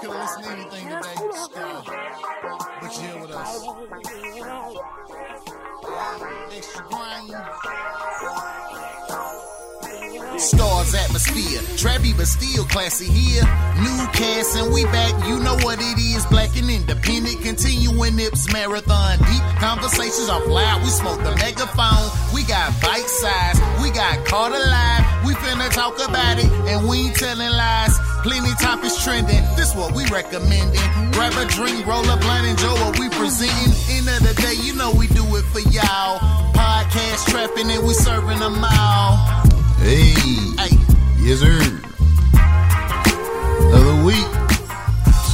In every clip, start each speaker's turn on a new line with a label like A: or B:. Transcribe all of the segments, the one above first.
A: couldn't listen to anything today. Scott. But you're with us. Extra grind. Stars atmosphere, trappy but still classy here. New cast and we back, you know what it is. Black and independent, continuing Nips marathon. Deep conversations are loud, we smoke the megaphone. We got bite size, we got caught alive. We finna talk about it, and we ain't telling lies. Plenty topics trending, this what we recommending. Grab a drink, roll a blind, enjoy what we presenting. End of the day, you know we do it for y'all. Podcast trapping and we serving them all. Hey. Hey. Yes, sir. Another week.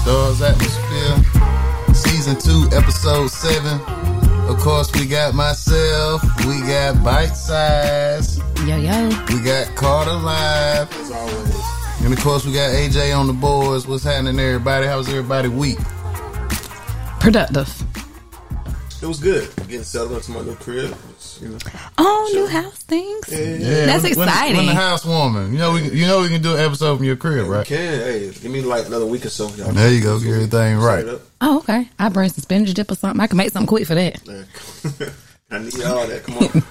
A: Stars Atmosphere. Season 2, Episode 7. Of course, we got myself. We got Bite Size.
B: Yo, yo.
A: We got Carter Live. As always. And of course, we got AJ on the boards. What's happening, everybody? How's everybody week?
B: Productive.
C: It was good. Getting settled into my new crib. It's, you know,
B: Oh, new house things.
A: Yeah,
B: That's
A: when- when- When
B: exciting.
A: the housewarming, you know, we, you know, we can do an episode from your crib, right?
C: can hey, give me like another week or so. Y'all
A: There you go, get everything
C: Set
A: right.
C: it up.
B: Oh, okay. I bring some spinach dip or something. I can make something quick for that.
C: Man, I need all that. Come on.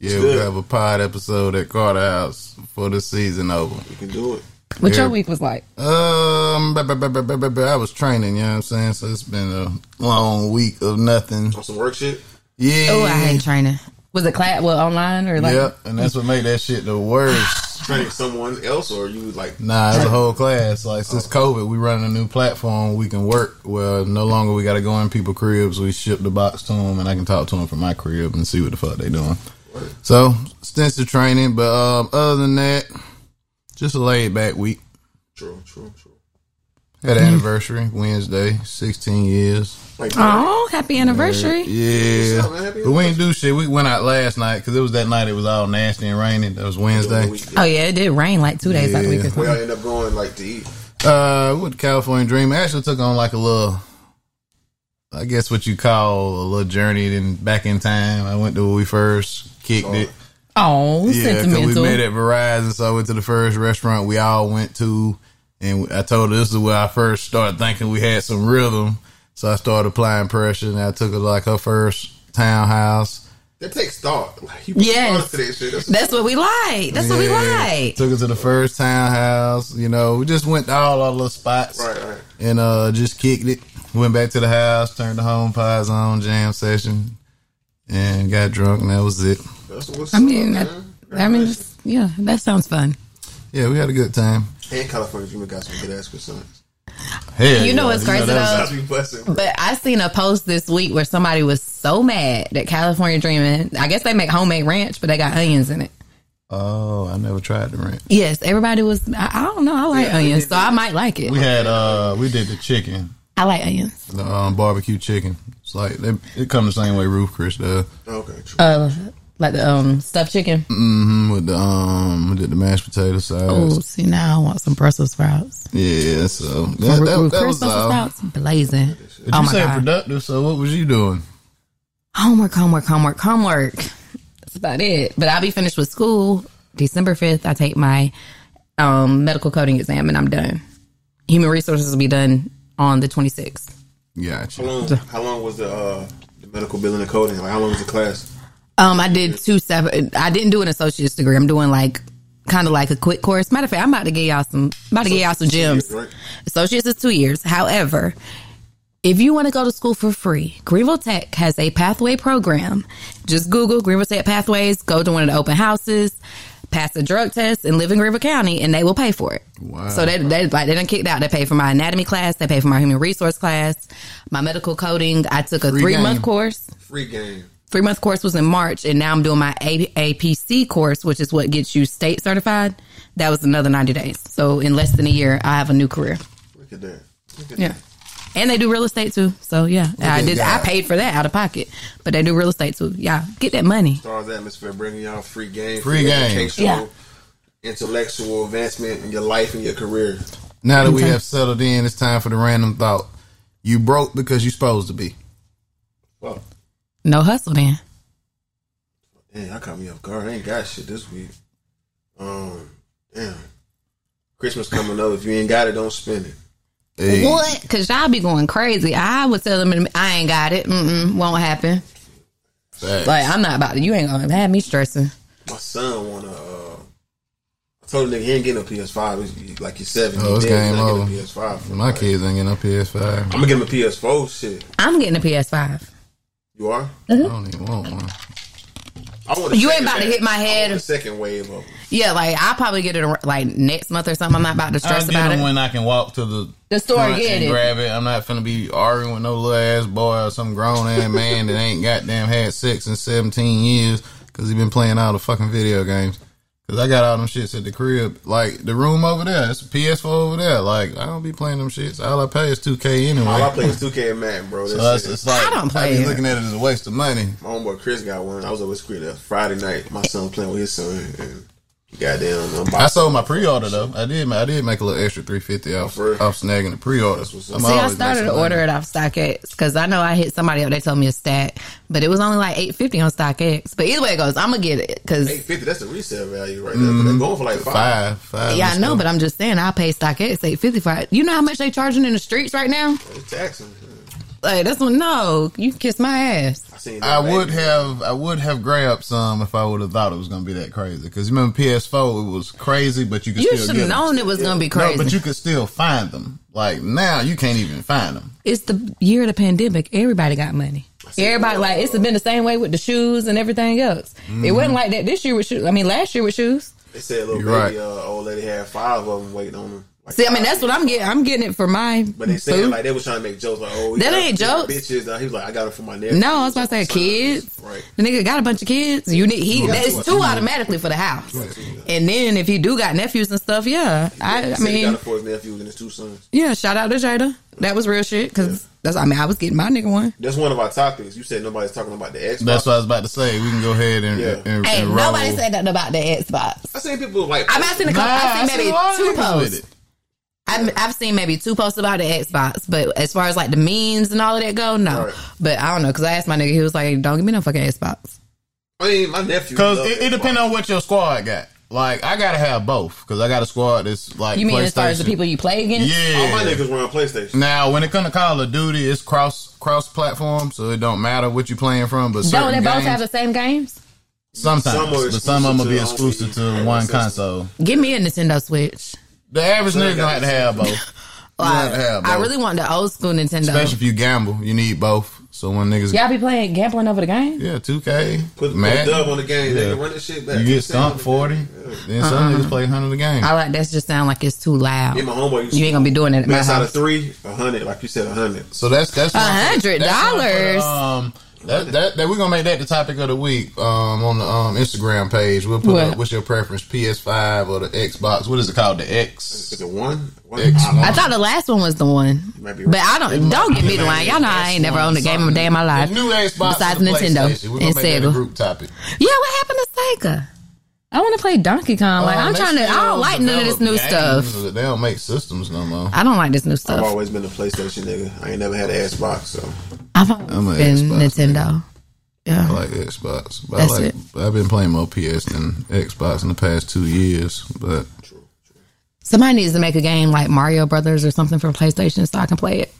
A: Yeah, we
C: good.
A: have a pod episode at Carter House for the season over.
C: you can do it.
B: What
A: Yeah.
B: your week was like?
A: Um, but- but- but- but- but- but- but I was training, you know what I'm saying? So it's been a long week of nothing.
C: On some work shit.
A: Yeah.
B: Oh, I hate training. Was it class? Well, online or like?
A: Yep, and that's what made that shit the worst.
C: Training someone else, or you like
A: Nah, it's a whole class. Like
B: Oh.
A: since COVID, we running a new platform. We can work. Well, no longer we got to go in people cribs. We ship the box to them, and I can talk to them from my crib and see what the fuck they doing. So extensive training, but um, other than that, just a laid back week.
C: true, true, true.
A: Had an anniversary Wednesday, sixteen years.
C: Like
B: Oh, happy anniversary.
A: Yeah,
C: What's up, man? Happy
A: but we didn't do shit. We went out last night because it was that night. It was all nasty and raining. That was Wednesday.
C: we,
B: Oh, yeah. It did rain like two days out of the week or
C: we all
B: something.
C: end up going like to eat.
A: Uh, with California Dream, I actually took on like a little, I guess what you call a little journey. Then back in time, I went to where we first kicked it. Yeah,
B: Oh,
A: because we
B: sentimental.
A: met at Verizon, so I went to the first restaurant we all went to, and I told her this is where I first started thinking we had some rhythm. So I started applying pressure, and I took her to like her first townhouse.
C: That takes thought. Like, you
B: Yes.
C: put thought to that shit. That's,
B: That's what we like. That's what we
A: Yeah.
B: like.
A: Took her to the first townhouse. You know, we just went to all our little spots
C: right, right.
A: and uh just kicked it. Went back to the house, turned the home pods on, jam session, and got drunk, and that was it.
C: That's what's
B: I mean,
C: up,
B: that,
C: man.
B: I mean, just, yeah, that sounds fun.
A: Yeah, we had a good time.
C: and California Dreamer got some good ass croissants.
A: Hell,
B: You know what's crazy,
A: that was-
B: though?
C: That's be blessing.
B: But I seen a post this week where somebody was so mad that California Dreamin', I guess they make homemade ranch, but they got onions in it.
A: Oh, I never tried the ranch.
B: Yes, everybody was. I, I don't know. I like
C: Yeah.
B: onions, so I might like it.
A: We had uh we did the chicken,
B: I like onions.
A: the um, barbecue chicken. It's like they, it come the same way Roof Chris does.
C: Okay, true.
B: Uh, like the um stuffed chicken.
A: Mm, With the um we did the mashed potato sides.
B: Oh, see now I want some Brussels sprouts.
A: Yeah, so that,
B: Ru-
A: that,
B: Ru-
A: that was
B: Brussels
A: all.
B: sprouts blazing.
A: But
B: Oh
A: you
B: my
A: said
B: god!
A: productive, so what was you doing?
B: homework, homework, homework, homework. That's about it. But I'll be finished with school December fifth. I take my um medical coding exam and I'm done. Human resources will be done on the twenty sixth.
C: How
A: Gotcha.
C: long, how long was the uh, the medical billing and coding? Like how long was the class?
B: Um, I did two seven. I didn't do an associate's degree. I'm doing like kind of like a quick course. Matter of fact, I'm about to get y'all some. About to get y'all some gems.
C: Right?
B: Associates is two years. However, if you want to go to school for free, Greenville Tech has a pathway program. Just Google Greenville Tech Pathways, go to one of the open houses, pass a drug test, and live in Greenville County, and they will pay for it.
A: Wow.
B: So they, they like they done kicked out. They pay for my anatomy class, they pay for my human resource class, my medical coding. I took a
A: Free
B: three
A: game.
B: month course.
C: Free game.
B: Three month course was in March, and now I'm doing my A- APC course, which is what gets you state certified. That was another 90 days. So, in less than a year, I have a new career.
C: Look at that. Look at
B: Yeah. And they do real estate too. So yeah. I
A: at
B: did
A: that.
B: I paid for that out of pocket. But they do real estate too. Yeah. Get that money.
C: Stars atmosphere bringing y'all free game,
A: Free game.
C: educational,
B: Yeah.
C: intellectual advancement in your life and your career.
A: Now that we have settled in, it's time for the random thought. You broke because you supposed to be.
C: Well,
B: No hustle then.
C: damn, I caught me off guard. I ain't got shit this week. Um, damn, Christmas coming up. If you ain't got it, don't spend it.
B: What? What? Because y'all be going crazy. I would tell them, I ain't got it. Mm-mm, won't happen.
C: Facts.
B: Like, I'm not about to. You ain't going to have me stressing.
C: My son wanna. Uh, I told him nigga he ain't getting a PS5. He's- like he's seven.
A: Oh, it's
C: he dead. He's
A: game
C: not
A: over.
C: Getting a PS5. for
A: My
C: like-
A: kids ain't getting no PS5.
C: I'm gonna give him a PS4. Shit,
B: I'm getting a PS5.
C: you are.
A: I
B: Mm-hmm.
A: don't even want one.
C: I want a
B: You ain't
C: second
B: about to
C: wave.
B: hit my
C: I want
B: head.
C: a second wave of.
B: Yeah, like, I'll probably get it ar- like next month or something. I'm not about to
A: I'll
B: stress
A: get
B: about
A: them
B: it.
A: when I can walk to the
B: The store
A: front
B: get
A: and
B: it.
A: grab it. I'm not finna be arguing with no little ass boy or some grown ass man that ain't goddamn had sex in 17 years because he been playing all the fucking video games. Cause I got all them shits at the crib, like the room over there. It's a PS4 over there. Like I don't be playing them shits. All I pay is 2K anyway.
C: All I play is 2K and Madden, bro. That's
A: So it's,
C: it.
A: it's like
B: I don't play
A: I be
B: it.
A: looking at it as a waste of money.
C: My homeboy Chris got one. I was over at school that Friday night. My son playing with his son, and he goddamn, I'm
A: I
C: about
A: sold my pre-order though. I did. ma- I did make a little extra three fifty off
C: For real?
A: off snagging the pre-order. I'm
C: what's up.
B: See, I
A: always
B: started
A: making
B: to
A: money.
B: order it off StockX because I know I hit somebody up. They told me a stat, but it was only like eight fifty on StockX. But either way it goes, I'm gonna get it because
C: 850. That's the resale value right there. But they're going
A: Mm-hmm.
C: for like
A: five,
C: five.
A: five.
B: yeah, I
A: let's
B: know.
A: go.
B: But I'm just saying, I pay StockX eight fifty for it. You know how much they charging in the streets right now?
C: They taxing.
B: Like that's one. No, you can kiss my ass.
C: I seen. that
A: I would
C: baby.
A: have, I would have grabbed some if I would have thought it was going to be that crazy. Because remember, PS4 it was crazy, but you could
B: You
A: still
B: should
A: get
B: have
A: 'em.
B: known it was gonna be crazy.
A: No, but you could still find them. Like now, you can't even find them.
B: it's the year of the pandemic. Everybody got money.
C: see.
B: Everybody like it's been the same way with the shoes and everything else. It wasn't like that this year with shoes. I mean, last year with shoes.
C: They said little baby,
A: You're right.
C: uh, old lady had five of them waiting on them. Like,
B: See, I mean, that's what I'm getting. I'm getting it for my.
C: But they said
B: food.
C: like they was trying to make jokes like, oh,
B: That
C: yeah,
B: ain't
C: yeah,
B: jokes.
C: Bitches. Uh, he was like, I got it for my nephew.
B: No, I was about to say kids.
C: Right.
B: The nigga got a bunch of kids. You need he.
A: Yeah,
B: It's
A: two.
B: two automatically for the house. And then if he do got nephews and stuff, yeah.
C: He
B: I, I
C: said he got
B: mean,
C: it for his nephews and his two sons.
B: yeah. Shout out to Jada. That was real shit. Cause that's. I mean, I was getting my nigga one.
C: That's one of our topics. You said nobody's talking about the Xbox.
A: That's what I was about to say. We can go ahead and,
C: Yeah.
A: and,
B: Hey,
A: and roll.
B: nobody said nothing about the Xbox.
C: I seen people like.
B: I've I've seen a
A: Nah,
B: couple.
A: I seen
B: I've seen
A: a
B: maybe
A: lot of
B: two
A: niggas
B: posts.
A: with it.
B: I've, I've seen maybe two posts about the Xbox, but as far as like the memes and all of that go, no.
C: Right.
B: But I don't know because I asked my nigga, he was like, "Don't give me no fucking Xbox."
C: I mean, my nephew.
A: Because
C: loved
A: it, it depends on what your squad got. Like I gotta have both because I got a squad that's like
B: You mean as far as the
A: PlayStation.
B: people you play against?
A: Yeah,
C: All Oh, my niggas were on PlayStation.
A: Now, when it comes to Call of Duty, it's cross cross platform, so it don't matter what you playing from. But
B: Don't they
A: certain
B: both
A: games,
B: have the same games?
A: sometimes,
C: Some are
A: but some of them will be
C: exclusive
A: exclusive
C: to only-
A: to one
C: Exclusive.
A: console.
B: Give me a Nintendo Switch.
A: The average
C: So they
A: nigga gonna
C: got
A: have to have both, Yeah,
B: Like,
A: yeah, bro.
B: I really want the old school Nintendo.
A: especially if you gamble. You need both. So when niggas,
B: Y'all be playing gambling over the game?
A: yeah, two K,
C: Put, put a dub on the game. They can run that shit back.
A: You get stumped forty, then some niggas play hundred a game.
B: I like that's just sound like it's too loud.
C: Me and my homeboy used
B: You
C: to
B: ain't gonna be doing it at my
C: max out of
B: house.
C: three, a hundred, like you said, a hundred.
A: So that's that's one for-
B: $100.
A: that's one for the, Um, that, that that we're gonna make that the topic of the week um, on the um, Instagram page. We'll put
B: What?
A: up what's your preference, PS5 or the Xbox? What is it called? The X?
C: Is it one? One?
A: X
C: I-
B: I thought the last one was the one,
C: Might be
B: but
C: right.
B: I don't. Don't get me the line. Y'all know I ain't never owned a game of a day in my life.
A: The new Xbox,
B: besides
A: and the
B: Nintendo
A: PlayStation. We're gonna
B: and
A: make that a
B: Sega.
A: group topic.
B: Yeah, what happened to Sega? I want to play Donkey Kong. Like
A: Um,
B: I'm
A: they
B: trying to. I
A: still
B: don't like none of this new
A: develop games,
B: stuff.
A: but They don't make systems no more.
B: I don't like this new
C: I've
B: stuff.
C: always been a PlayStation nigga. I ain't never had an Xbox, so
B: I've always
A: I'm a
B: been
A: Xbox
B: Nintendo. Yeah.
A: I like Xbox, but
B: That's
A: I like,
B: it.
A: I've been playing more PS than Xbox in the past two years. But
B: Somebody needs to make a game like Mario Brothers or something for PlayStation so I can play it.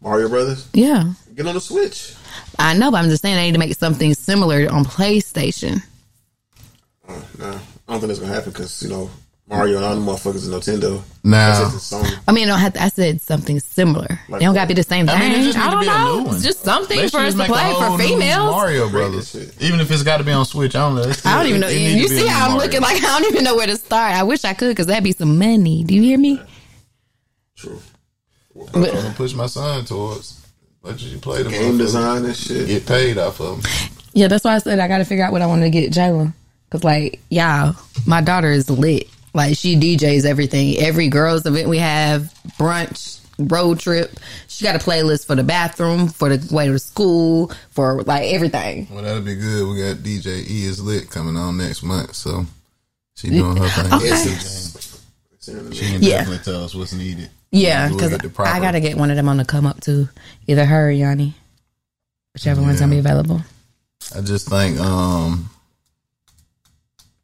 C: Mario Brothers,
B: Yeah.
C: get on the Switch.
B: I know, but I'm just saying I need to make something similar on PlayStation.
C: Uh, nah, I don't think that's gonna happen because you know Mario and all the motherfuckers in Nintendo.
A: Nah.
C: That's just a song.
B: I mean, I don't have to, I said something similar.
C: Like
B: they don't
C: what?
B: got to be the same
A: I
B: thing. I,
A: mean, it just need to
B: don't
A: be a new
B: know.
A: one.
B: It's just
A: They
B: something for
A: should just
B: us to
A: make a
B: play
A: whole
B: for
A: new
B: females.
A: Mario
C: Brothers.
A: Brothers, even if it's got to be on Switch, I don't know. It's still-
B: I don't even know.
A: it- it need to
B: You
A: be a
B: see
A: new
B: how I'm
A: Mario.
B: looking like I don't even know where to start. I wish I could because that'd be some money. Do you hear me?
C: True.
A: I'm gonna push my son towards. But you play the
C: Game
A: motherfucker,
C: design and shit.
A: Get paid off of them.
B: Yeah, that's why I said I got to figure out what I want to get Jalen. Cause like, y'all, my daughter is lit. Like she DJs everything. Every girls event we have, brunch, road trip. She got a playlist for the bathroom, for the way to school, for like everything.
A: Well, that'll be good. We got DJ E is lit coming on next month, so she doing her thing.
B: Okay.
C: It's it's in the
A: She can
B: Yeah.
A: definitely tell us what's needed.
B: Yeah,
A: We'll
B: because
A: get the proper-
B: I gotta get one of them on the come up too. Either her or Yanni, whichever one's gonna be available.
A: I just think um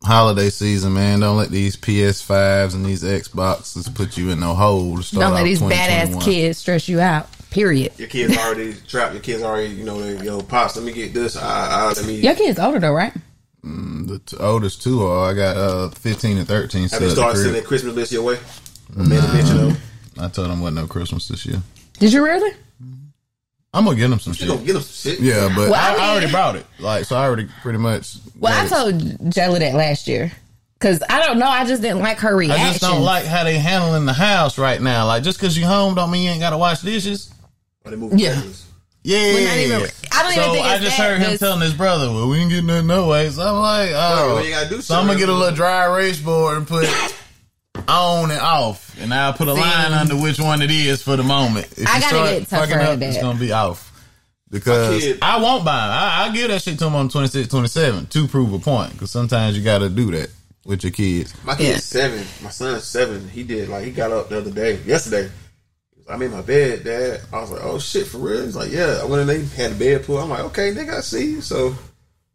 A: holiday season, man. Don't let these PS5s and these Xboxes put you in no hole. To start
B: Don't let
A: off
B: these badass
A: 2021.
B: kids stress you out. Period.
C: Your kids already trapped. Your kids already, you know, they, yo, pops, let me get this. I, I, let me.
B: Your kids older though, right?
A: The t- oldest two are. I got uh, 15 and 13.
C: Have
A: still
C: they
A: at the
C: started
A: crib.
C: sending Christmas lists your way? Man, bitch, you know.
A: I told them wasn't no Christmas this year.
B: Did you really?
A: I'm gonna get them some
C: You
A: shit.
C: gonna get them some shit.
A: Yeah, but
B: Well,
A: I,
B: I
A: I
B: mean-
A: already brought it. Like, so I already pretty much.
B: Well,
A: got
B: I
A: it.
B: told Jayla that last year because I don't know. I just didn't like her
A: I
B: reaction.
A: just don't like how they handling the house right now. Like, just because you home don't mean you ain't gotta wash dishes.
C: Or they moving
B: Yeah.
C: Christmas.
A: Yeah,
B: Well, not even- I don't
A: so
B: even think
A: I
B: it's
A: just
B: that,
A: heard him
B: it's-
A: telling his brother, "Well, we ain't getting nothing no way." So I'm like, "Oh,
C: well, you gotta do
A: so I'm gonna
C: something.
A: get a little dry erase board and put on and off, and I'll put a line under which one it is for the moment. If
B: I
A: you
B: gotta
A: start
B: get tougher
A: fucking
B: at
A: up, It's
B: that.
A: gonna be off because
C: kid-
A: I won't buy. 'em. I, I give that shit to him on 26, 27 to prove a point. Because sometimes you gotta do that with your kids.
C: My kid's
B: Yeah.
C: seven. My son's seven. He did like he got up the other day, yesterday. He was, I'm in my bed, Dad. I was like, oh shit, for real? He's like, yeah. I went in there, had a bed pool. I'm like, okay, nigga, I see you. So,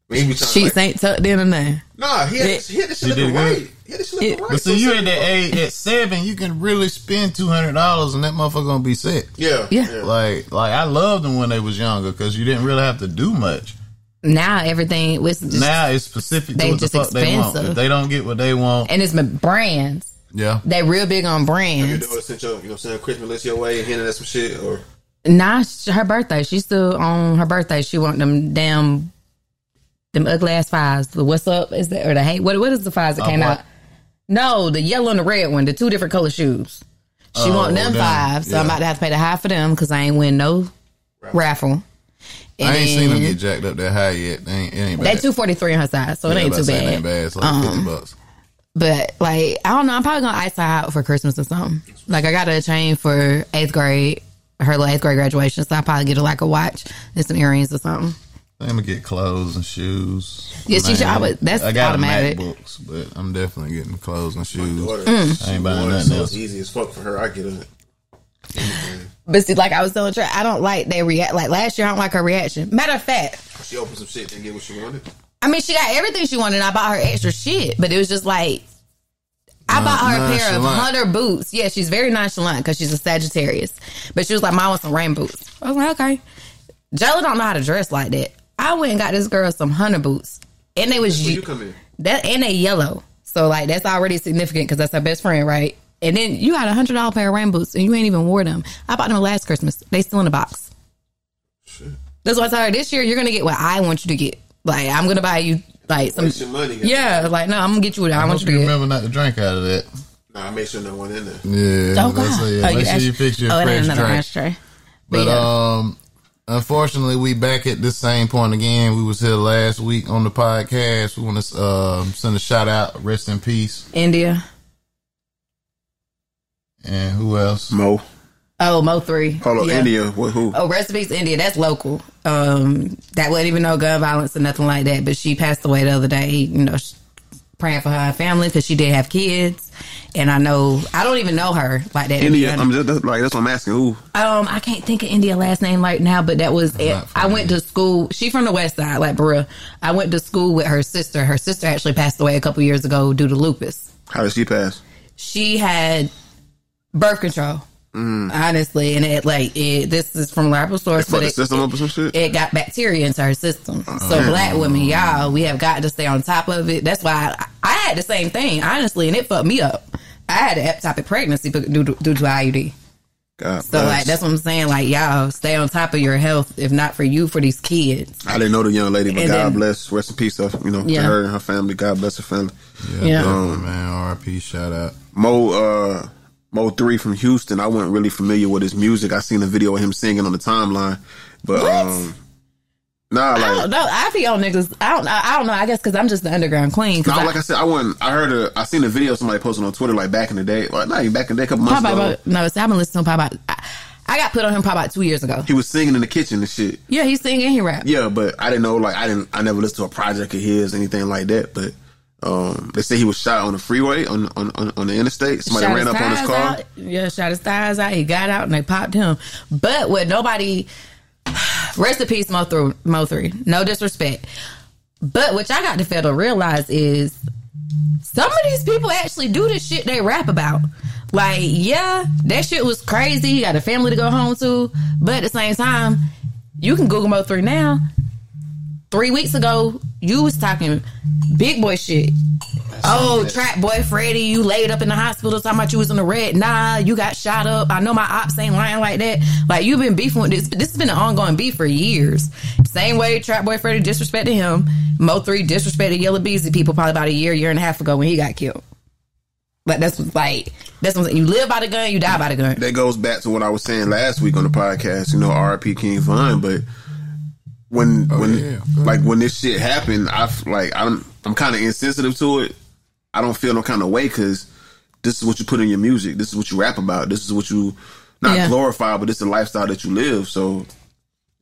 C: I mean, he was trying to,
B: She's
C: like,
B: ain't tucked in or nothing.
C: nah, he had, he had this shit
A: She
C: looking
A: did good.
C: right. He had this shit looking
B: Yeah.
C: right.
A: But see,
C: So
A: you
C: it's
A: at
C: like,
A: that age at seven, you can really spend two hundred dollars, and that motherfucker gonna be set.
C: yeah,
B: Yeah.
A: Like, like I loved them when they was younger because you didn't really have to do much.
B: Now everything was just,
A: now it's specific to
B: They
A: what the
B: just
A: fuck they want.
B: expensive.
A: If they don't get what they want,
B: and it's my brands.
A: yeah.
B: They real big on
C: You
B: brands.
C: know, sent your, you know, send a Christmas list your way and hinting at some shit, or
B: Nah, sh- her birthday. She's still on her birthday. She want them damn them ugly ass fives. The what's up is that or the hey what what is the fives that
A: Uh,
B: came
A: black.
B: out? No, the yellow and the red one, the two different color shoes. She
A: Oh,
B: want them
A: them.
B: fives, so
A: Yeah.
B: I'm about to have to pay the high for them because I ain't win no raffle. And
A: I ain't seen them
B: then-
A: get jacked up that high yet. They ain't, it ain't
B: They
A: bad.
B: two forty three on her side, so it
A: Yeah,
B: ain't
A: about to
B: too
A: say it
B: bad. Uh-huh.
A: ain't bad. It's like fifty bucks.
B: But like, I don't know. I'm probably gonna ice her out for Christmas or something. Like, I got her a chain for eighth grade, her little eighth grade graduation. So I will probably get her like a watch and some earrings or something.
A: I'm gonna get clothes and shoes.
B: Yeah, she should- I would- that's
A: I got
B: automatic.
A: MacBooks, but I'm definitely getting clothes and shoes.
C: order.
B: Mm.
A: I ain't buying
C: Order,
A: nothing
C: so it's
A: else.
C: easy as fuck for her. I get it.
B: But see, like I was telling her, I don't like they react. Like last year, I don't like her reaction. Matter of fact,
C: She opened some shit and get what she wanted.
B: I mean, she got everything she wanted. and I bought her extra shit, but it was just like. I
A: Nah,
B: bought her a pair of
A: nonchalant.
B: hunter boots. Yeah, she's very nonchalant because she's a Sagittarius. But she was like, "Mom, want some rain boots." I was like, "Okay." Jella don't know how to dress like that. I went and got this girl some hunter boots, and they was
C: When
B: ye-
C: you come in,
B: that and they yellow. So like that's already significant because that's her best friend, right? And then you got a hundred dollar pair of rain boots and you ain't even wore them. I bought them last Christmas. They still in the box. That's why I told her this year you're gonna get what I want you to get. Like I'm gonna buy you like some
C: waste your money.
B: yeah. Like no, I'm gonna get you what I,
A: I
B: want
A: hope
B: you to
A: you
B: get.
A: remember not to drink out of that.
C: Nah, I made sure no one in there.
A: Yeah,
B: Oh,
A: that's
B: God.
A: it.
B: Oh, you
A: make sure
B: ash-
A: you fix your
B: oh, it
A: fresh
B: ain't another
A: drink.
B: ashtray. But,
A: But
B: yeah.
A: um, unfortunately, we back at this same point again. We was here last week on the podcast. We want to um send a shout out, rest in peace,
B: India.
A: and who else?
C: Mo,
B: Oh, Mo three. Yeah.
C: What, who?
B: Oh, recipes India. That's local. Um, that wasn't even no gun violence or nothing like that. But she passed away the other day. You know, sh- praying for her family because she did have kids. And I know I don't even know her like that. to be honest.
C: just that's, like that's what I'm asking. Who?
B: Um, I can't think of India last name right now, but that was it.
A: not
B: I went to school. She from the west side, like bruh. I went to school with her sister. Her sister actually passed away a couple years ago due to lupus.
C: How did she pass?
B: She had birth control. Honestly, and it like it, this is from reliable source, but it,
C: up or some shit.
B: it got bacteria into her system. So black women, y'all, we have got to stay on top of it. That's why I, I had the same thing, honestly, and it fucked me up. I had an ectopic pregnancy bec- due to, due to IUD.
C: God
B: So like that's what I'm saying. Like y'all, stay on top of your health. If not for you, for these kids.
C: I didn't know the young lady, but
B: And
C: God
B: then-
C: bless. Rest in peace, of you know,
B: Yeah.
C: to her and her family. God bless her family. Um,
A: Yeah,
B: Yeah.
A: definitely, Oh, man. R.I.P. Shout out.
C: Mo, uh, Mo three from Houston. I wasn't really familiar with his music. I seen a video of him singing on the timeline, but
B: What?
C: um, nah,
B: I
C: like.
B: don't know. I be on niggas. I don't. I I don't know. I guess because I'm just the underground queen. Cause
C: No,
B: I,
C: like I said, I wasn't. I heard a. I seen a video somebody posted on Twitter, like back in the day, or not even back in the day, a couple months
B: probably
C: ago.
B: about, no. See, I've been listening to him probably. About, I, I got put on him probably about two years ago.
C: He was singing in the kitchen and shit.
B: Yeah, he sing and he rap.
C: Yeah, but I didn't know. Like I didn't. I never listened to a project of his, anything like that. But um, they say he was shot on the freeway on on, on, on the interstate. Somebody
B: Shot
C: ran
B: his
C: up on his
B: thighs
C: car.
B: Out. Yeah, shot his thighs out. He got out and they popped him. But what nobody rest in peace, Mo three, Mo three. No disrespect. But what y'all got to fail to realize is Some of these people actually do the shit they rap about. Like, yeah, that shit was crazy. You got a family to go home to, but at the same time, you can Google Mo three now. Three weeks ago, you was talking big boy shit. Oh, trap boy Freddie, you laid up in the hospital talking about you was in the red. Nah, you got shot up. I know my ops ain't lying like that. Like you've been beefing with this. This has been an ongoing beef for years. Same way trap boy Freddie disrespected him. Mo three disrespected Yellow Beezy people probably about a year, year and a half ago when he got killed. Like that's what's like that's what I'm saying. You live by the gun, you die by the gun.
C: that goes back to what I was saying last week on the podcast. You know, R.I.P. King Von, but when when
A: Oh, yeah, of course.
C: like when this shit happened, I f- like I'm I'm kind of insensitive to it. I don't feel no kind of way because this is what you put in your music. This is what you rap about. This is what you not
B: Yeah.
C: glorify, but it's the lifestyle that you live. So